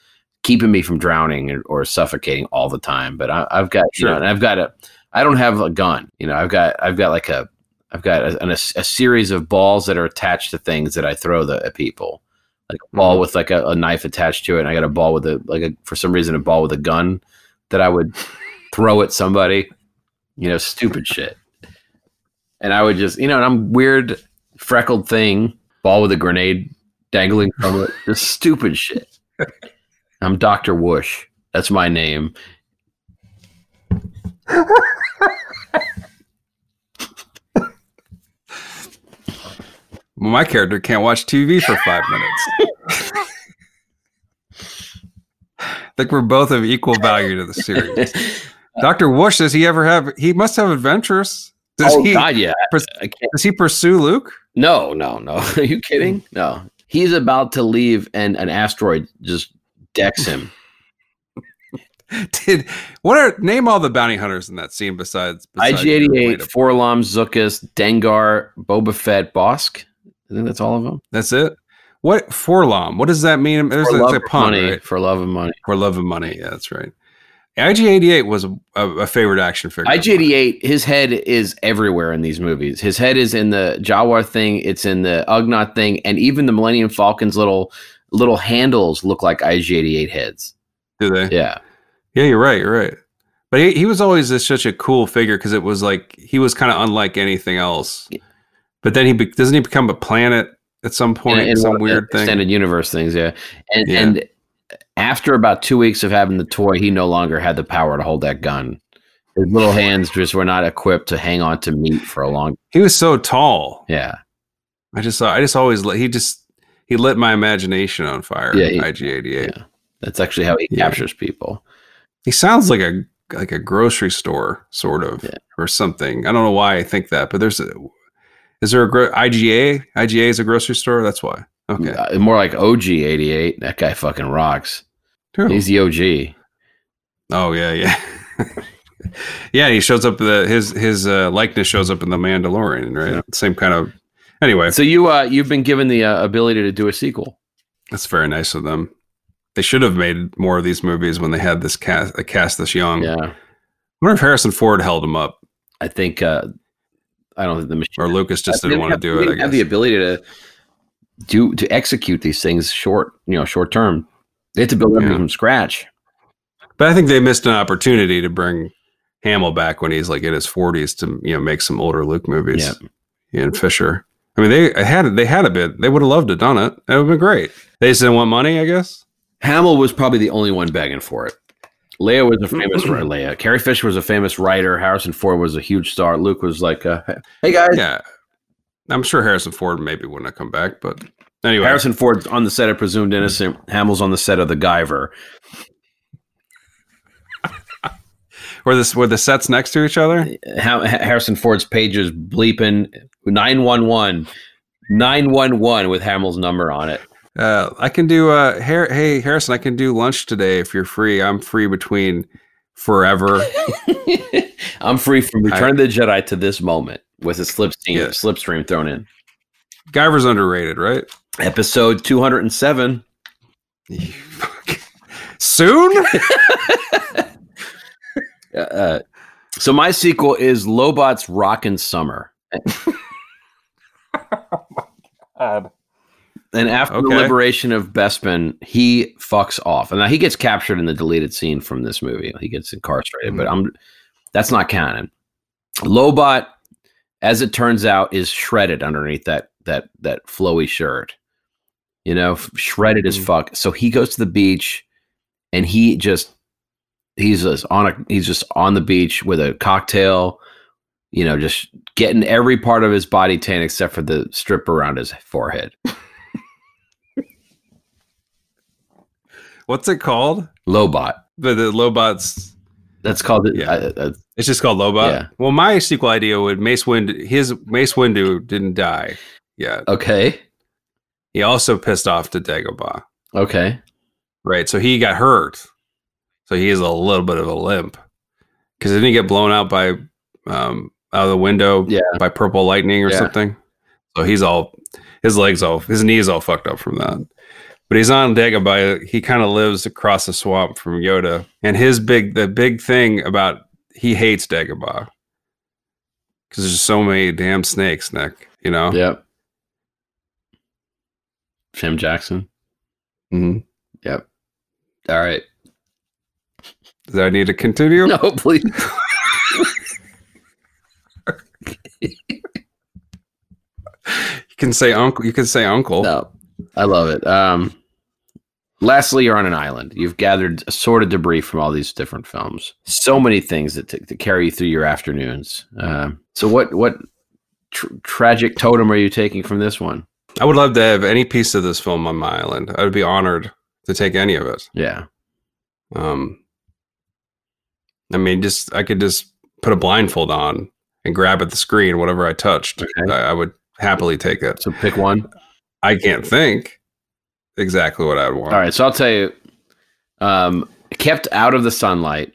keeping me from drowning or, or suffocating all the time. But I, I've got you
Sure.
know, and I've got a I don't have a gun. You know, I've got I've got like a I've got a, an, a series of balls that are attached to things that I throw the, at people, like a ball with like a, a knife attached to it. And I got a ball with a like a for some reason a ball with a gun that I would throw at somebody, you know, stupid shit. And I would just, you know, and I'm weird, freckled thing, ball with a grenade dangling from it, just stupid shit. I'm Doctor Whoosh. That's my name.
Well, my character can't watch TV for five minutes. I think we're both of equal value to the
Oh,
series. Doctor Whoosh, does he ever have? He must have adventures. Does
oh
he?
God, yeah.
pers-
I can't.
Does he pursue Luke?
No, no, no. Are you kidding? No. He's about to leave, and an asteroid just decks him.
Did what are name all the bounty hunters in that scene besides? besides
IG88,
Rita?
Forlom, Zuckus, Dengar, Boba Fett, Bosk. I think that's all of them.
That's it. What Forlom? What does that mean? There's
for
a,
love
it's a
of
pun,
money,
right?
for love of money.
For love and money. Yeah, that's right. IG88 was a, a, a favorite action figure. of mine.
IG88, his head is everywhere in these movies. His head is in the Jawa thing, it's in the Ugnaught thing, and even the Millennium Falcon's little little handles look like IG88 heads.
Do they?
Yeah.
Yeah, you're right. You're right. But he, he was always just such a cool figure because it was like he was kind of unlike anything else. But then he be, doesn't he become a planet at some point?
In- in
some
one of the
weird thing.
Extended universe things, yeah. And
Yeah.
and after about two weeks of having the toy, he no longer had the power to hold that gun. His little hands just were not equipped to hang on to meat for a long
He was so tall.
yeah.
I just saw. I just always li- he just he lit my imagination on fire.
Yeah, he-
IG88.
yeah. That's actually how he
Yeah.
captures people.
He sounds like a like a grocery store sort of
Yeah.
or something. I don't know why I think that, but there's a is there a gro- IGA? IGA is a grocery store. That's why. Okay.
Uh, more like OG eighty eight. That guy fucking rocks.
True.
He's the OG.
Oh yeah, yeah. yeah, he shows up the his his uh, likeness shows up in the Mandalorian, right? Same kind of Anyway,
So you uh, you've been given the uh, ability to do a sequel.
that's very nice of them. They should have made more of these movies when they had this cast a cast this young. I
Yeah,
wonder if Harrison Ford held him up
I think. Uh, I don't think the machine
or Lucas just didn't want to do it, I
have the
guess.
ability to do to execute these things short, you know, short term. They had to build everything
Yeah.
from scratch.
But I think they missed an opportunity to bring Hamill back when he's like in his 40s to, you know, make some older Luke movies. Yeah, and Fisher. I mean, they had they had a bit. They would have loved to done it. It would have been great. They just didn't want money, I guess.
Hamill was probably the only one begging for it. Leia was a famous writer. Leia. Carrie Fisher was a famous writer. Harrison Ford was a huge star. Luke was like, uh, "Hey guys,
yeah. I'm sure Harrison Ford maybe wouldn't have come back, but anyway,
Harrison Ford's on the set of Presumed Innocent. Hamill's on the set of The Guyver.
were this were the sets next to each other?
Ha- Harrison Ford's pages bleeping 911, 911 with Hamill's number on it.
Uh, I can do. Uh, Har- hey Harrison, I can do lunch today if you're free. I'm free between forever.
I'm free from Return of the Jedi to this moment with a slipstream,
Yes.
slipstream thrown in.
Guyver's underrated, right?
Episode 207.
Soon?
Uh, so my sequel is Lobot's Rockin' Summer. And after the
Okay.
liberation of Bespin, he fucks off. And now he gets captured in the deleted scene from this movie. He gets incarcerated, but I'm that's not canon. Lobot, as it turns out, is shredded underneath that that that flowy shirt. You know, f- shredded as fuck. So he goes to the beach and he just he's just on a he's just on the beach with a cocktail, you know, just getting every part of his body tan except for the strip around his forehead.
What's it called?
Lobot.
The the Lobots.
That's called it.
Yeah.
uh, uh,
It's just called Lobot.
Yeah.
Well, my sequel idea would Mace Windu. His Mace Windu didn't die yet.
okay.
He also pissed off to Dagobah.
Okay.
Right. So he got hurt. So he is a little bit of a limp. Because didn't he get blown out by um out of the window
Yeah.
by purple lightning or
Yeah.
something? So he's all his legs all his knees all fucked up from that. But he's on Dagobah. He kind of lives across the swamp from Yoda. And his big the big thing about he hates Dagobah. Cause there's so many damn snakes, Nick. You know?
Yep. Sam Jackson.
Mhm.
Yep. All right.
Do I need to continue?
No, please.
You can say uncle you can say uncle.
No. I love it. Um, lastly, you're on an island. You've gathered assorted debris from all these different films. So many things that, t- that carry you through your afternoons. Um, so, what what tr- tragic totem are you taking from this one?
I would love to have any piece of this film on my island. I would be honored to take any of it.
Yeah.
Um, I mean, just I could just put a blindfold on and grab at the screen, whatever I touched.
Okay.
I, I would happily take it.
So, pick one.
I can't think exactly what I'd want.
All right, so I'll tell you. Um, kept out of the sunlight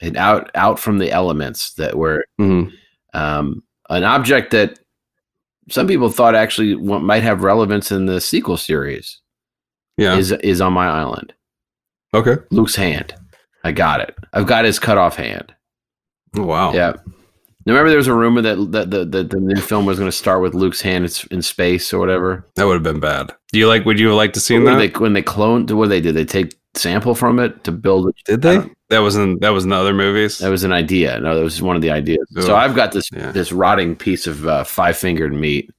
and out out from the elements that were
Mhm.
um, an object that some people thought actually wa- might have relevance in the sequel series
Yeah.
is is on my island.
okay.
Luke's hand. I got it. I've got his cut off hand.
Oh, wow.
Yeah. Now, remember, there was a rumor that that the, the, the new film was going to start with Luke's hand in s- in space or whatever.
That would have been bad. Do you like? Would you have liked to see
When
that?
they when they cloned, what they did, they take sample from it to build it.
Did
I
they?
don't-
That was in that was in the other movies.
That was an idea. No, that was one of the ideas.
Ugh.
So I've got this
Yeah.
this rotting piece of uh, five fingered meat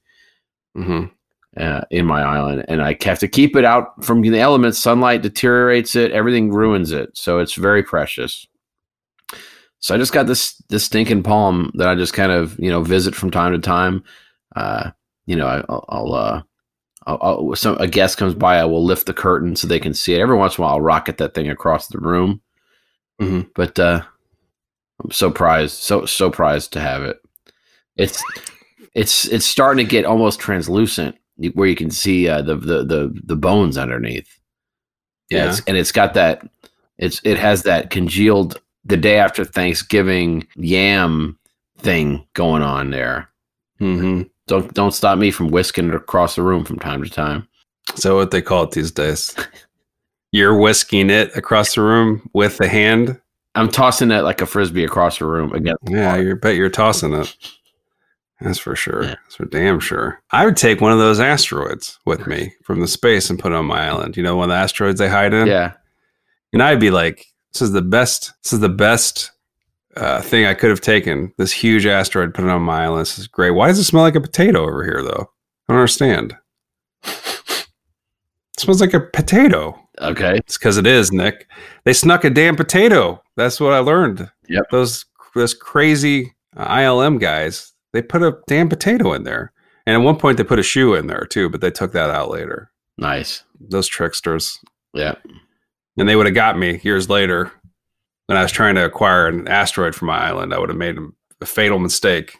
Mhm.
uh, in my island, and I have to keep it out from the elements. Sunlight deteriorates it. Everything ruins it. So it's very precious. So I just got this this stinking palm that I just kind of you know visit from time to time. Uh, you know, I, I'll I'll, uh, I'll, I'll, some, a guest comes by, I will lift the curtain so they can see it. Every once in a while, I'll rocket that thing across the room.
Mhm.
But uh, I'm so prized, so so prized to have it. It's it's it's starting to get almost translucent, y- where you can see uh, the, the the the bones underneath. Yeah, it's, and it's got that. It's it has that congealed the day after Thanksgiving yam thing going on there.
Mm-hmm.
Don't don't stop me from whisking it across the room from time to time.
So what they call it these days? You're whisking it across the room with the hand.
I'm tossing it like a frisbee across the room again.
Yeah, you bet you're tossing it. That's for sure.
Yeah.
That's for damn sure. I would take one of those asteroids with me from the space and put it on my island. You know, one of the asteroids they hide in.
Yeah,
And I'd be like, this is the best. This is the best uh, thing I could have taken. This huge asteroid, put it on my island. This is great. Why does it smell like a potato over here, though? I don't understand. It smells like a potato.
okay.
It's because it is, Nick. They snuck a damn potato. That's what I learned.
Yep.
Those those crazy uh, ILM guys. They put a damn potato in there, and at one point they put a shoe in there too, but they took that out later.
Nice.
Those tricksters,
Yeah.
and they would have got me years later when I was trying to acquire an asteroid for my island. I would have made a fatal mistake,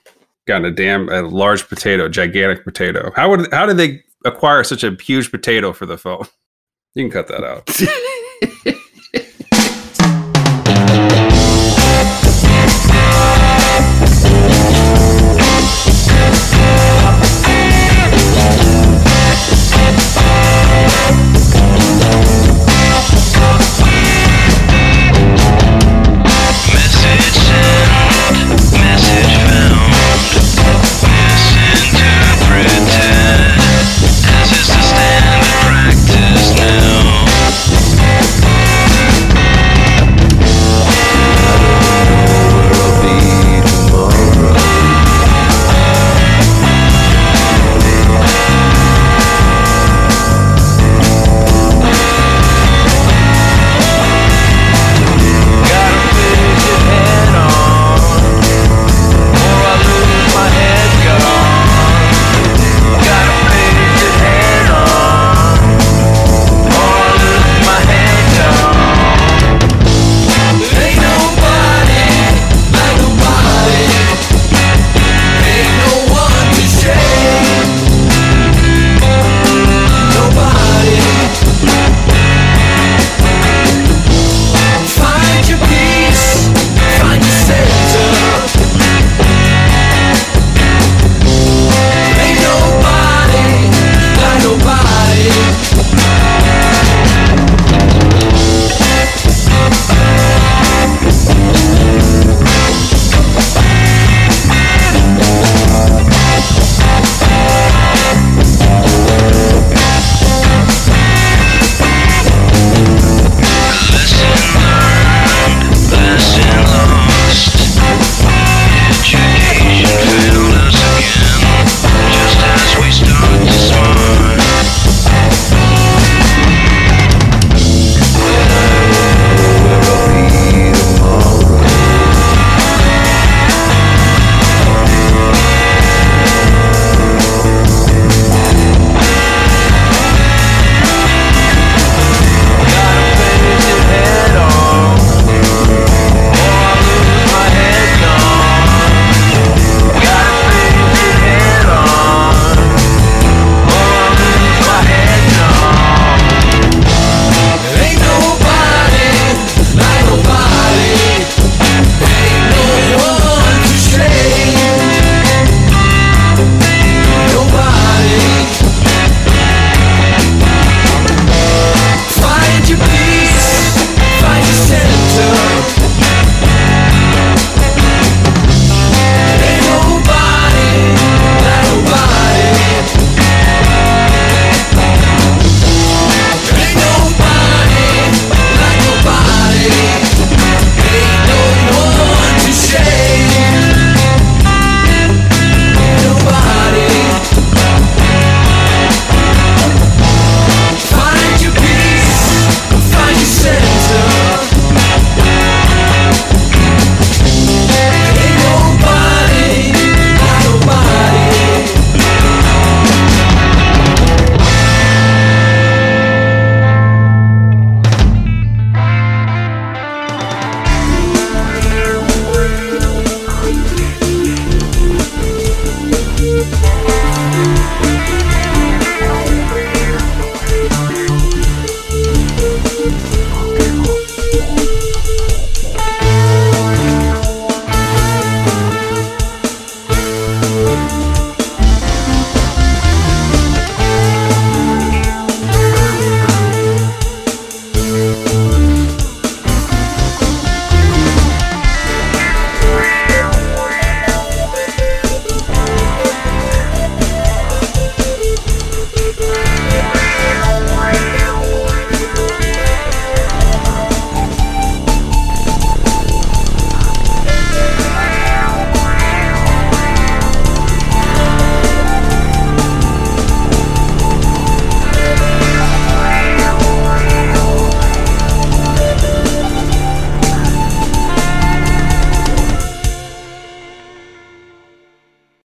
gotten a damn a large potato, gigantic potato. How would how did they acquire such a huge potato for the phone? You can cut that out.